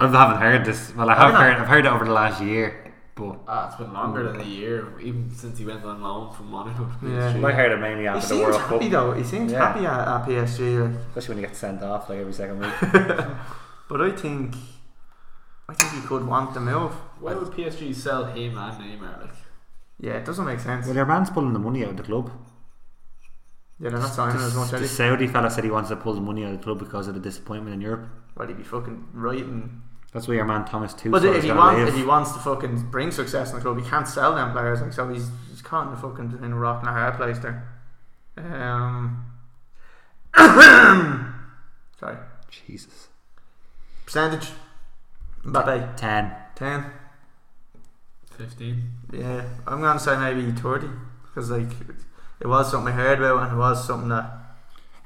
S2: I haven't heard this. Well, I
S1: Have
S2: have
S1: you Oh. not?
S2: heard, I've heard it over the last year, but
S3: Ah, it's been longer than a year, even since he went on loan from Monaco.
S1: Yeah.
S2: I heard it mainly
S1: He
S2: after the
S1: seems
S2: World
S1: happy
S2: Cup.
S1: though. He seems
S2: Yeah.
S1: happy at, at PSG. Like.
S2: Especially when you get sent off like every second week.
S1: But I think, I think he could want the move.
S3: Why would PSG sell him and Neymar? Like,
S1: Yeah, it doesn't make sense.
S2: well, their man's pulling the money out of the club.
S1: Yeah, they're not signing as much.
S2: the,
S1: Are
S2: the
S1: they?
S2: Saudi fella said he wants to pull the money out of the club because of the disappointment in Europe.
S1: Well, he'd be fucking writing.
S2: That's where your man Thomas Tuchel
S1: But if
S2: is
S1: he
S2: going
S1: wants,
S2: to
S1: if he
S2: live.
S1: wants to fucking bring success in the club, he can't sell them players. Like so, he's he's caught in the fucking in a rock and a hard place there. Um, sorry,
S2: Jesus.
S1: percentage. Mbappe
S2: Ten.
S1: ten.
S3: 15.
S1: Yeah, I'm gonna say maybe thirty because like it was something I heard about and it was something that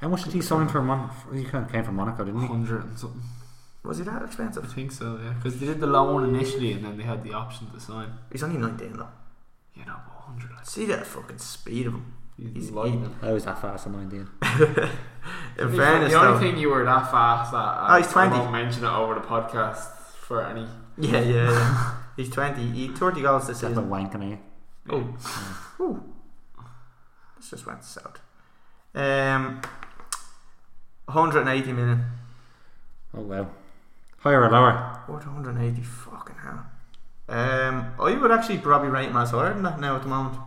S2: How much did he sign for Monaco? He kind of came from Monaco, didn't he?
S3: 100 and something.
S1: was he that
S3: I
S1: expensive?
S3: think so, yeah. Because they did the loan initially and then they had the option to sign.
S1: He's only nineteen though.
S3: You know, but 100. like,
S1: See that fucking speed of him.
S3: He's,
S1: He's
S3: lightning.
S2: I was that fast at 19.
S1: In
S3: The
S1: fairness
S3: only
S1: though,
S3: thing you were that fast at, uh,
S1: Oh, he's 20.
S3: I won't mention it over the podcast for any.
S1: yeah, yeah, yeah. he's twenty. He had thirty goals this
S2: That's a
S1: season.
S2: wank in
S1: Oh, Ooh. this just went south. Um, hundred and eighty million.
S2: Oh, well. Higher or lower?
S1: What hundred and eighty? Fucking hell. Um, I would actually probably rate him as higher than that now at the moment.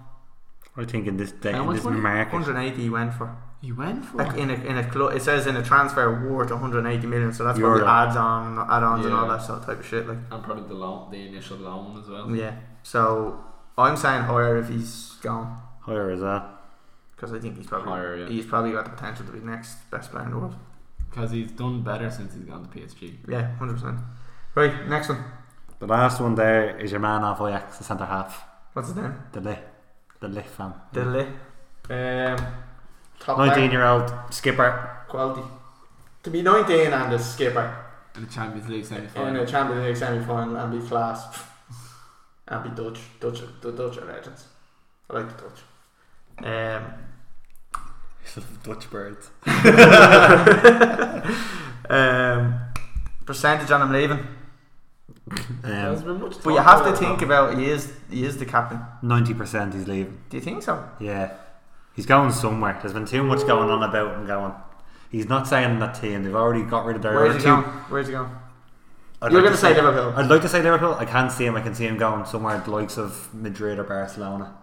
S2: I think in this day,
S3: How
S2: in
S3: much
S2: this
S3: money?
S2: market.
S1: 180 he went for.
S3: You went for
S1: Like
S3: it.
S1: in a in a clo- it says in a transfer worth 180 million, so that's
S2: Euro.
S1: probably adds on add-ons and all
S3: Yeah.
S1: that sort of type of shit. Like
S3: And probably the loan, the initial loan as well.
S1: yeah, so I'm saying higher if he's gone
S2: Higher is that?
S1: because I think he's probably
S3: Higher, yeah.
S1: he's probably got the potential to be the next best player in the world.
S3: Because he's done better since he's gone to PSG.
S1: Yeah, 100. percent Right, next one.
S2: The last one there is your man off Ajax, the centre half.
S1: What's his name?
S2: The Lee. The Lee fam.
S1: Diddley. Um, top
S2: 19
S1: player,
S2: year old skipper.
S1: quality. To be 19 and a skipper
S3: In the Champions League semi
S1: in
S3: final.
S1: a Champions League semi-final and be class and be Dutch. Dutch, the Dutch are legends. I like the Dutch. Um,
S2: Dutch birds.
S1: um, percentage on him leaving,
S3: There's
S2: Um,
S3: been much
S1: but you
S3: talk
S1: have to
S3: about
S1: think
S3: that.
S1: about he is he is the captain.
S2: 90% he's leaving.
S1: Do you think so?
S2: Yeah. He's going somewhere. There's been too much going on about him going. He's not saying that team. They've already got rid of their
S1: Where's
S2: other
S1: he
S2: two.
S1: going? Where's he going?
S2: I'd
S1: You're
S2: like
S1: going to say Liverpool.
S2: I'd like to say Liverpool. I can see him. I can see him going somewhere the likes of Madrid or Barcelona.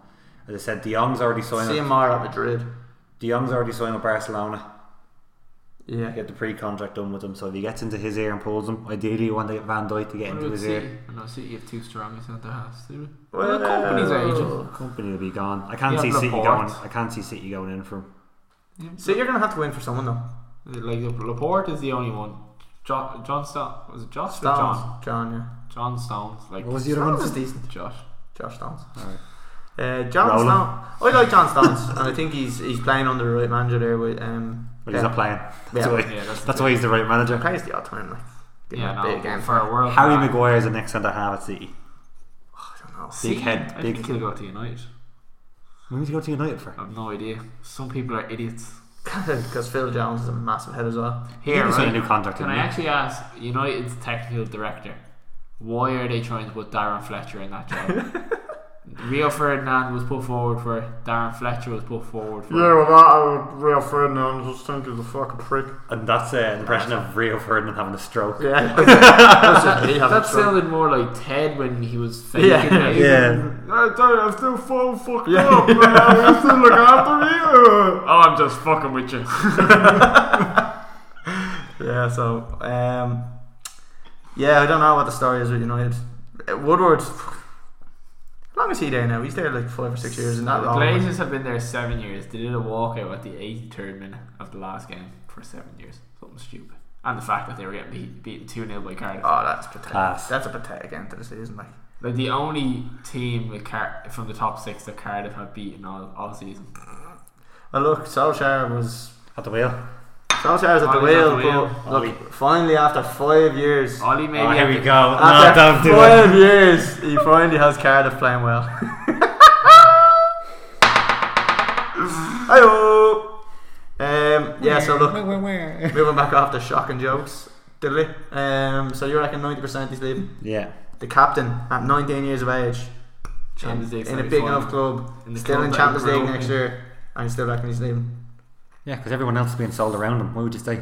S2: As I said, De Jong's already signed.
S1: See
S2: with-
S1: him more at Madrid.
S2: De Jong's already signed with Barcelona.
S1: Yeah.
S2: Get the pre-contract done with him. So if he gets into his ear and pulls him, ideally you want to get Van Dijk to get
S3: What
S2: into
S3: about
S2: his ear.
S3: City? I know City have two strong centre halves. do they?
S1: Well, uh,
S3: the company's agent.
S2: Company will be gone. I can't
S3: Yeah,
S2: see City
S3: Laporte.
S2: going. I can't see City going in for him.
S1: So you're going to have to win for someone though.
S3: Like Laporte is the only one. John, John Stone was it Josh or John?
S1: Stones. John, yeah.
S3: John Stones like
S2: What was the other
S1: Stones
S2: one?
S1: is decent.
S3: Josh.
S1: Josh Stones.
S2: Alright.
S1: Uh, John
S2: Roll him.
S1: Stones. I like John Stones, and I think he's he's playing under the right manager there with um.
S2: But he's
S1: yeah.
S2: not playing. That's,
S1: Yeah.
S2: why,
S3: Yeah, that's,
S2: that's why he's the right manager.
S1: plays the odd time like. give him
S3: yeah,
S1: a
S3: no,
S1: big game.
S3: for a world.
S2: Harry
S3: Cup.
S2: Maguire is the next centre half at City.
S1: I don't know.
S2: Big head,
S3: I
S2: big-
S3: think he'll go to United.
S2: When did he go to United for?
S3: I have no idea. Some people are idiots.
S1: Because Phil Jones is a massive head as well.
S3: Here,
S2: he signed a
S3: right?
S2: new contract.
S3: Can I
S2: didn't
S3: actually
S2: he?
S3: ask United's technical director why are they trying to put Darren Fletcher in that job? Rio Ferdinand was put forward for it. Darren Fletcher was put forward for
S5: Yeah,
S3: it.
S5: well, that I would Rio Ferdinand just think he's a fucking prick.
S2: And that's uh, an impression of Rio Ferdinand having a stroke.
S1: Yeah.
S3: That sounded more like Ted when he was faking
S1: Yeah.
S3: it.
S2: Yeah.
S6: I tell you, I'm still full fucked up. Man. I'm still looking after you.
S3: Oh, I'm just fucking with you.
S1: Yeah, so um, yeah, I don't know what the story is with United. Uh, Woodward, how long is he there now? He's there like five or six years, and that
S3: the
S1: role.
S3: Blazers have been there seven years. They did a walkout at the 83rd minute of the last game for seven years. Something stupid. And the fact that they were getting beat, beaten 2 0 by Cardiff.
S1: Oh, that's pathetic.
S2: Class.
S1: That's a pathetic end to the season, like.
S3: Like the only team with Car- from the top six that Cardiff have beaten all, all season.
S1: Well, look, Solskjaer was
S2: At the wheel.
S1: Solskjaer's at the
S3: Ollie's at
S1: wheel,
S3: the wheel.
S1: but
S2: Ollie.
S1: look, finally after five years,
S3: Ollie maybe
S2: Oh, here
S3: had
S2: we
S3: the-
S2: go. No,
S1: after
S2: don't do it.
S1: five years, he finally has Cardiff playing well. Hi-oh. Um, yeah, so look, Moving back off the shocking jokes, diddly. Um, so you reckon ninety percent he's leaving?
S2: Yeah.
S1: The captain at nineteen years of age,
S3: Champions
S1: in,
S3: League
S1: in a
S3: semi
S1: big
S3: final.
S1: enough club,
S3: In the
S1: still
S3: club
S1: in
S3: that
S1: Champions
S3: he grew
S1: League
S3: up
S1: next
S3: in.
S1: year, and you still reckon he's leaving.
S2: Yeah, because everyone else is being sold around him. Why would you stay?
S3: Is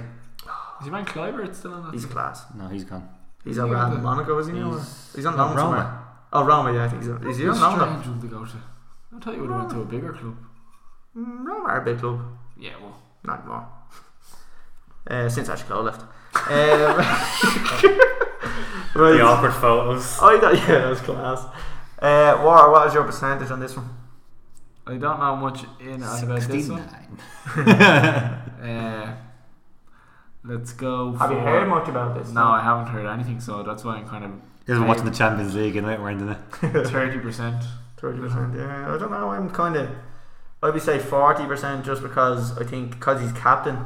S3: your man Kluivert still on that?
S1: He's class.
S2: No, he's gone.
S1: He's
S3: Yeah,
S1: over at
S3: but-
S1: Monaco, is he? now, or-
S2: He's-
S1: He's on
S2: no,
S1: loan
S2: Roma.
S1: somewhere. Oh, Roma, yeah, I think he's. Is he
S3: It's
S1: on
S3: a
S1: loan?
S3: strange one to go to. I thought you would have went to a bigger club.
S1: Mm, Roma are a big club.
S3: Yeah, well,
S1: Not more. Uh, since Ash Cole left. Um,
S2: The
S1: right.
S2: awkward photos.
S1: I thought, yeah, that was class. Uh, War, what is your percentage on this one?
S3: I don't know much in and about this one.
S2: 69.
S3: Uh, let's go.
S1: Have you
S3: for-
S1: heard much about this?
S3: No, I haven't heard anything, so that's why I'm kind
S2: He wasn't watching the Champions League and we're ending it.
S3: of thirty percent.
S1: Thirty percent. Yeah, I don't know. I'm kind of. I'd be say forty percent just because I think because he's captain,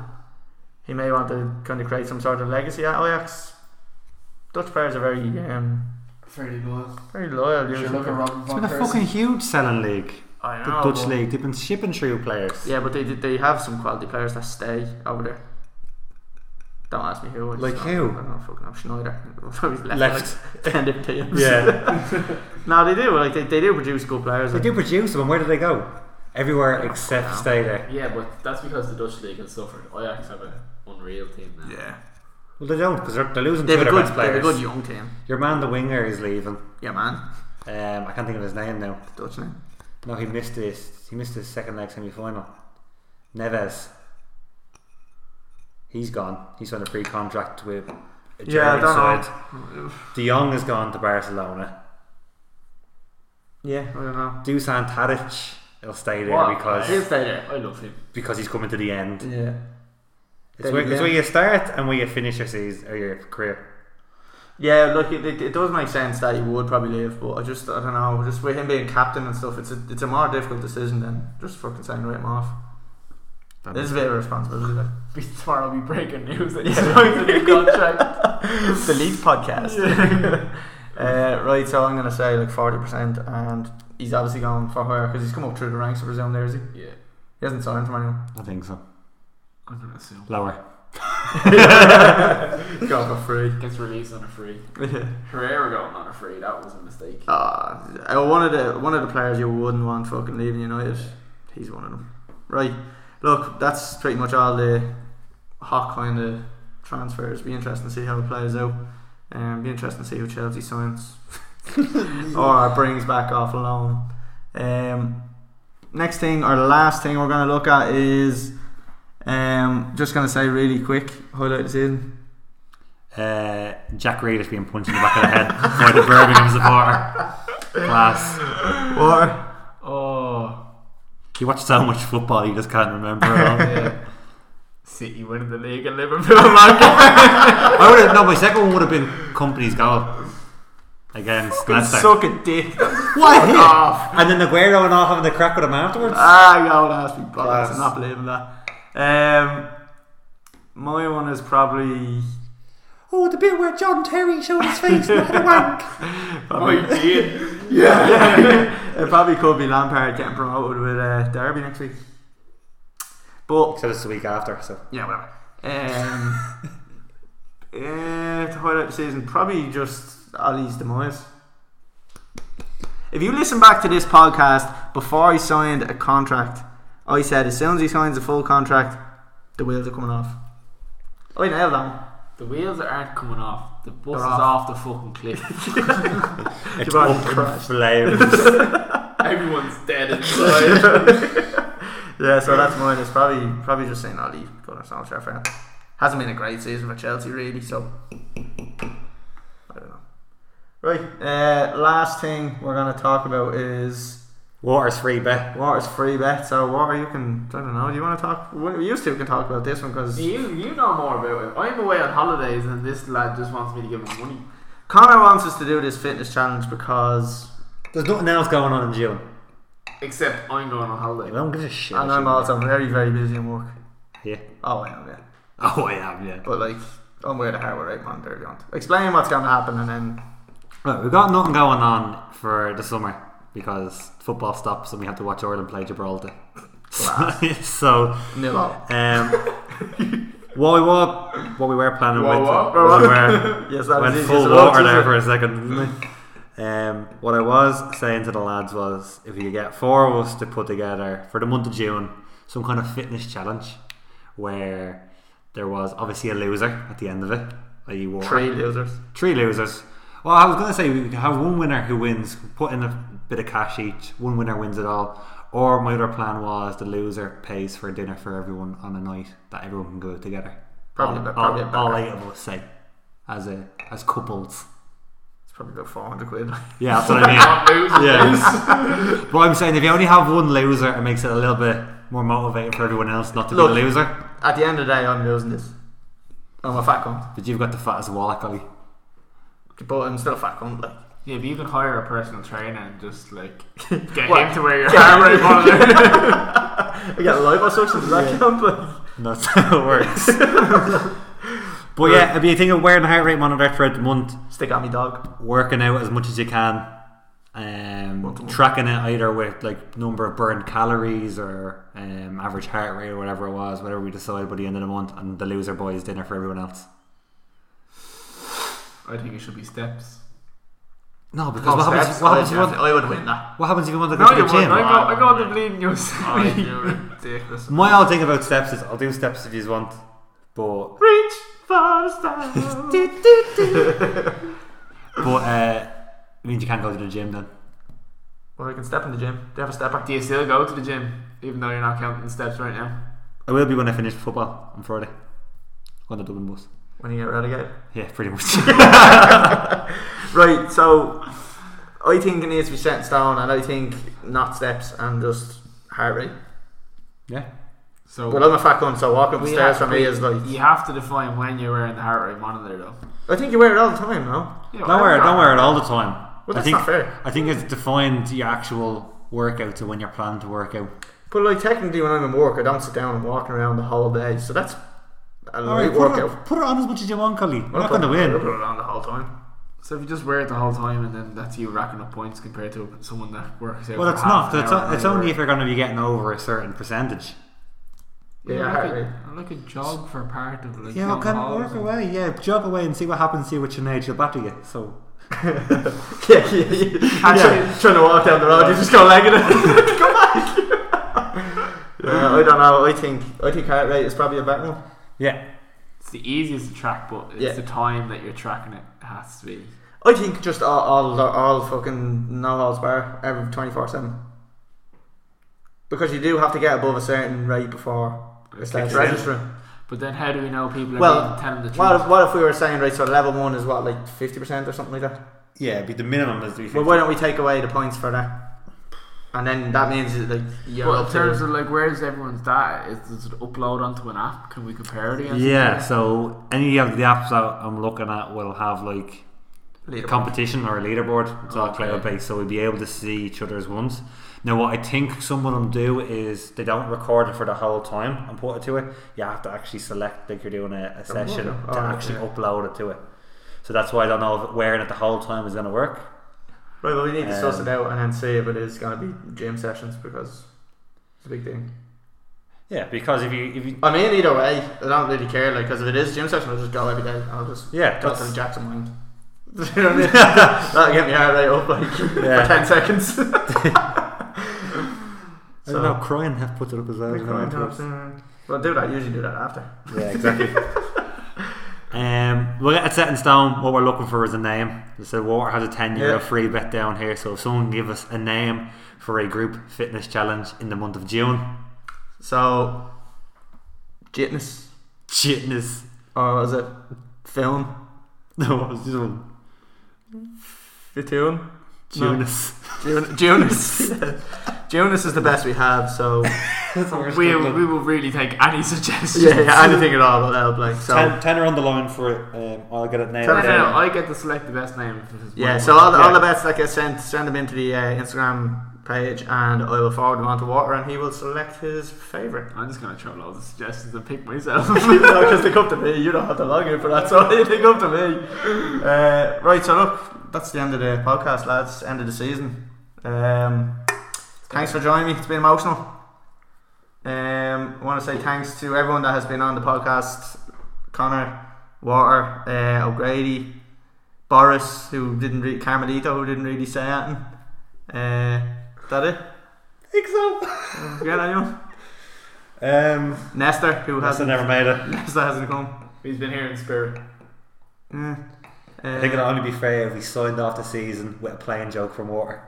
S1: he may want to kind of create some sort of legacy at Ajax. Dutch players are very um,
S6: Fairly loyal.
S1: very loyal.
S6: Sure,
S1: usually.
S6: look at Robin
S2: It's
S6: van
S2: been a
S6: Persie.
S2: fucking huge selling league.
S1: I
S2: The
S1: know,
S2: Dutch
S1: but-
S2: league. They've been shipping through players.
S1: Yeah, but they they have some quality players that stay over there. Don't ask me who. I just
S2: Like
S1: don't-
S2: who?
S1: I don't fucking know. Schneider. He's left.
S2: Left.
S1: Like, ten different teams.
S2: Yeah.
S1: No, they do. Like they, they do produce good players.
S2: they
S1: like-
S2: do produce them. and Where do they go? Everywhere except stay there.
S3: Yeah, but that's because the Dutch league has suffered. Ajax have an unreal team now.
S1: Yeah.
S2: Well, they don't because they're, they're losing
S1: They
S2: two
S1: have a
S2: of their
S1: good.
S2: best
S1: They have a
S2: players.
S1: good young team.
S2: Your man, the winger, is leaving.
S1: Yeah, man.
S2: Um, I can't think of his name now.
S1: Dutch name.
S2: No, he missed this. He missed his second leg semi final. Neves. He's gone. He's on a free contract with a German
S1: Yeah, I don't know.
S2: side. De Jong has gone to Barcelona.
S1: Yeah, I don't know.
S2: Dusan Tadic will stay there
S3: What?
S1: He'll
S2: because
S1: stay there.
S3: I love him.
S2: because he's coming to the end.
S1: Yeah.
S2: It's
S1: David
S2: where, it's
S1: Lim.
S2: where you start and where you finish your season or your career.
S1: Yeah, look, it, it, it does make sense that he would probably leave, but I just, I don't know, just with him being captain and stuff, it's a, it's a more difficult decision than just fucking saying write him off. There's a bit of responsibility there.
S3: Be- Tomorrow will be breaking news that he's signed a new contract.
S1: the Leeds podcast. uh, right, so I'm going to say like 40%, and he's obviously going for higher because he's come up through the ranks of his own there, is he?
S3: Yeah,
S1: He hasn't signed from anyone.
S2: I think so.
S3: I'm gonna assume
S2: Lower.
S1: Got for free.
S3: gets released on a free.
S1: Yeah.
S3: Herrera going on a free. That was a mistake.
S1: Uh, one of the one of the players you wouldn't want fucking leaving United. He's one of them. Right. Look, that's pretty much all the hot kind of transfers. Be interesting to see how it plays out. Um, be interesting to see who Chelsea signs or brings back off loan. Um, next thing or last thing we're gonna look at is um, just gonna say really quick highlight of the season.
S2: Uh, Jack Reed is being punched in the back of the head by the Birmingham supporter. Class.
S1: Or
S3: Oh,
S2: He watched so much football he just can't remember it all.
S3: yeah. City winning the league and Liverpool. Like,
S2: I would have, no, my second one would have been company's goal against Leicester.
S1: suck a dick.
S2: what?
S1: Fuck off.
S2: And then Aguero and all having the crack with him afterwards.
S1: Ah, y'all asked me bollocks.
S2: Class.
S1: I'm not believing that. Um, my one is probably.
S2: oh, the bit where John Terry showed his face, look at the wank.
S1: probably
S3: Oh,
S1: it probably could be Lampard getting promoted with uh, Derby next week. But
S2: So it's the week after. So
S1: yeah, whatever. Um, uh, to highlight the season, probably just Ali's demise. If you listen back to this podcast before he signed a contract, I said as soon as he signs a full contract, the wheels are coming off. I nailed that one.
S7: The wheels aren't coming off. The bus
S1: They're
S7: is off.
S1: off.
S7: the fucking cliff.
S2: It's
S1: Jabari
S2: up in
S1: crashed.
S2: flames.
S7: Everyone's dead inside.
S1: Yeah, so that's mine. It's probably probably just saying Ollie going to Solskjaer fan. Hasn't been a great season for Chelsea really, so I don't know. Right, uh, last thing we're gonna talk about is
S2: Water's free bet.
S1: water's free bet. So water, you can I don't know. Do you want to talk? Well, you two can talk about this one because
S7: you you know more about it. I'm away on holidays and this lad just wants me to give him money.
S1: Connor wants us to do this fitness challenge because
S2: There's nothing else going on in June.
S7: Except I'm going on
S2: I
S7: holiday.
S2: don't give a shit.
S1: and I'm also very very busy in work.
S2: Yeah.
S1: Oh, I am yeah.
S2: Oh, I am, yeah.
S1: But like, I'm aware of how we're right on there. Don't explain what's gonna happen and then
S2: Right, we've got nothing going on for the summer because football stops and we have to watch Ireland play Gibraltar. so,
S1: nil all.
S2: um, what we were, what we were planning
S3: Whoa,
S2: with,
S3: whoa,
S2: what we were,
S1: Yes, that
S2: went
S1: was easy as
S2: full
S1: it looks,
S2: water
S1: isn't
S2: there
S1: it?
S2: for a second. didn't I? Um, what I was saying to the lads was, if we could get four of us to put together for the month of June some kind of fitness challenge, where there was obviously a loser at the end of it, i.e., water
S1: Three losers.
S2: three losers. Well, I was going to say we could have one winner who wins, put in a bit of cash each. One winner wins it all. Or my other plan was the loser pays for dinner for everyone on a night that everyone can go out together.
S1: Probably
S2: all,
S1: a bit- probably a
S2: all,
S1: bit
S2: all
S1: better.
S2: eight of us say as a as couples.
S1: It's probably about four hundred quid.
S2: Yeah, that's what I mean. yeah. but I'm saying if you only have one loser, it makes it a little bit more motivating for everyone else not to
S1: Look.
S2: be a loser.
S1: At the end of the day, I'm losing this. I'm a fat cunt,
S2: But you've got the fattest wallet, Ollie.
S1: but I'm still a fat cunt. Like,
S7: Yeah, but you can hire a personal trainer and just like get
S1: What?
S7: him to wear your
S1: Yeah.
S7: hair where you want it.
S1: I get liposuction. Does that count? Like,
S2: That's how it works. but yeah, it'd be a thing of wearing a heart rate monitor throughout the month,
S1: stick at me, dog.
S2: working out as much as you can, um, tracking it either with like number of burned calories or um, average heart rate or whatever it was, whatever we decide by the end of the month, and the loser buys dinner for everyone else.
S7: I think it should be steps.
S2: No, because what happens,
S1: Steps,
S2: what,
S1: I,
S2: happens if you want,
S1: I would win that.
S2: what happens if you want to go
S7: No,
S2: to
S7: you
S2: the
S7: won't. I
S2: gym?
S7: got I got the bleeding news.
S3: I do ridiculous.
S2: My whole thing about steps is I'll do steps if you want, but
S1: Reach for the stars.
S2: but uh, it means you can't go to the gym then.
S1: well, you can step in the gym. Do you have a stepper?
S7: Do you still go to the gym even though you're not counting steps right now?
S2: I will be when I finish football on Friday. On the Dublin bus.
S1: When you get relegated.
S2: Yeah, pretty much.
S1: Right, so I think it needs to be set in stone, and I think not steps and just heart rate.
S2: yeah.
S7: So
S1: But I'm a fat cunt, so walking up the
S7: we
S1: stairs
S7: have-
S1: for me is like.
S7: you have to define when you're wearing the heart rate monitor though.
S1: I think you wear it all the time, no?
S7: Yeah,
S2: Don't
S7: well,
S2: wear
S7: I'm
S2: it, don't
S7: not-
S2: wear it all the time.
S1: Well,
S2: I
S1: that's
S2: think
S1: not fair.
S2: I think it's defined your actual workout to when you're planning to work out.
S1: But like technically, when I'm in work, I don't sit down and walking around the whole day, so that's a light
S2: put it,
S1: workout.
S2: put it on as much as you want, Colly. You're
S1: I'll
S2: not
S1: put-
S2: gonna
S1: I'll
S2: win.
S1: put it on the whole time.
S7: So if you just wear it the whole time and then that's you racking up points compared to someone that works out.
S2: Well
S7: for
S2: it's
S7: half
S2: not.
S7: an
S2: It's,
S7: hour
S2: o-
S7: and
S2: it's
S7: they
S2: only
S7: wear
S2: if
S7: it.
S2: you're gonna be getting over a certain percentage.
S1: Yeah,
S7: Yeah,
S1: heart
S7: like
S1: rate.
S7: a, like a jog for part of like
S2: Yeah, well,
S7: long
S2: can
S7: hauls
S2: work
S7: and-
S2: away, yeah, jog away and see what happens, see what your age you'll batter you. So
S1: yeah, yeah, yeah. Trying, trying to walk down the road, you just go legging it. Come back. yeah, I don't know. I think I think heart rate is probably a better one.
S2: yeah.
S7: It's the easiest to track, but it's
S1: Yeah.
S7: the time that you're tracking it has to be.
S1: I think just all all, all fucking no holds bar every twenty four seven. Because you do have to get above a certain rate before it starts
S7: Okay.
S1: registering.
S7: But then, how do we know people are
S1: Well,
S7: being- telling the truth?
S1: What if, what if we were saying right? So level one is what like fifty percent or something like that.
S2: Yeah, but the minimum is to be
S1: Well, why don't we take away the points for that? And then that means that, like you're
S7: but
S1: up
S7: in
S1: to
S7: terms of like, where's everyone's data? Is, does it upload onto an app? Can we compare it against? each
S2: Yeah,
S7: other?
S2: so any of the apps that I'm looking at will have like
S1: leader.
S2: competition or a leaderboard. It's all
S7: Okay.
S2: cloud based, so we'll be able to see each other's ones. Now, what I think some of them do is they don't record it for the whole time and put it to it. You have to actually select like you're doing a, a session to
S1: Oh,
S2: actually upload it to it. So that's why I don't know if wearing it the whole time is going to work.
S1: Right, well, we need to suss
S2: Um,
S1: it out and then see if it is going to be gym sessions because it's a big thing.
S2: Yeah, because if you if you
S1: I mean, either way, I don't really care. Like, because if it is gym session, I'll just go every day. I'll just
S2: yeah
S1: go to
S2: that's
S1: the Jackson mind. Do you know what I mean? That'll get me heart rate up like
S2: Yeah.
S1: for ten seconds.
S2: I don't know, crying have put it up as well. you know, afterwards.
S1: Well, do that. Usually do that after.
S2: Yeah, exactly. um, we'll get it set in stone. What we're looking for is a name. So Water has a 10 euro
S1: Yeah.
S2: free bet down here. So if someone can give us a name for a group fitness challenge in the month of June,
S1: So, jitness
S2: shitness.
S1: or was it film?
S2: No, what was this one?
S1: Fitoon?
S2: Tunis.
S1: Jun- Junus. Junus is the best we have. So
S7: We, we will really take any suggestions.
S1: yeah, yeah, anything at all will help. Like so.
S2: Ten, ten are on the line for it. Um, I'll get it
S1: Ten
S2: named.
S7: No, no, no,
S1: down.
S7: I get to select the best name. This is
S1: Yeah,
S7: one
S1: so
S7: word.
S1: all the, all
S2: Yeah.
S1: the bets that get sent, send them into the uh, Instagram page, and I will forward them onto Water, and he will select his favourite.
S7: I'm just gonna throw loads of suggestions and pick myself.
S1: because they come to me, you don't have to log in for that, so they come to me. Uh, right, so look, that's the end of the podcast, lads. End of the season. Um, thanks for joining me. It's been emotional. Um, I want to say thanks to everyone that has been on the podcast: Connor, Water, uh, O'Grady, Boris, who didn't read Carmelito, who didn't really say anything. Uh, is that it?
S2: think so.
S1: Forget anyone?
S2: Um,
S1: Nestor, who hasn't
S2: Hasn't never made it.
S1: Nestor hasn't come.
S7: He's been here in spirit.
S1: Eh.
S2: I think
S1: Uh,
S2: it'll only be fair if we signed off the season with a plain joke from Water.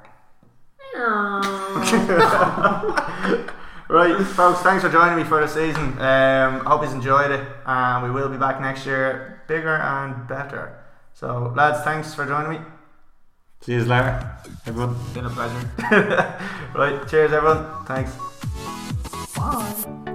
S1: Right, folks, thanks for joining me for the season. Um, hope you've enjoyed it, and we will be back next year bigger and better. So, lads, thanks for joining me.
S2: See you later, everyone.
S7: Been a pleasure.
S1: Right, cheers, everyone. Thanks.
S4: Bye.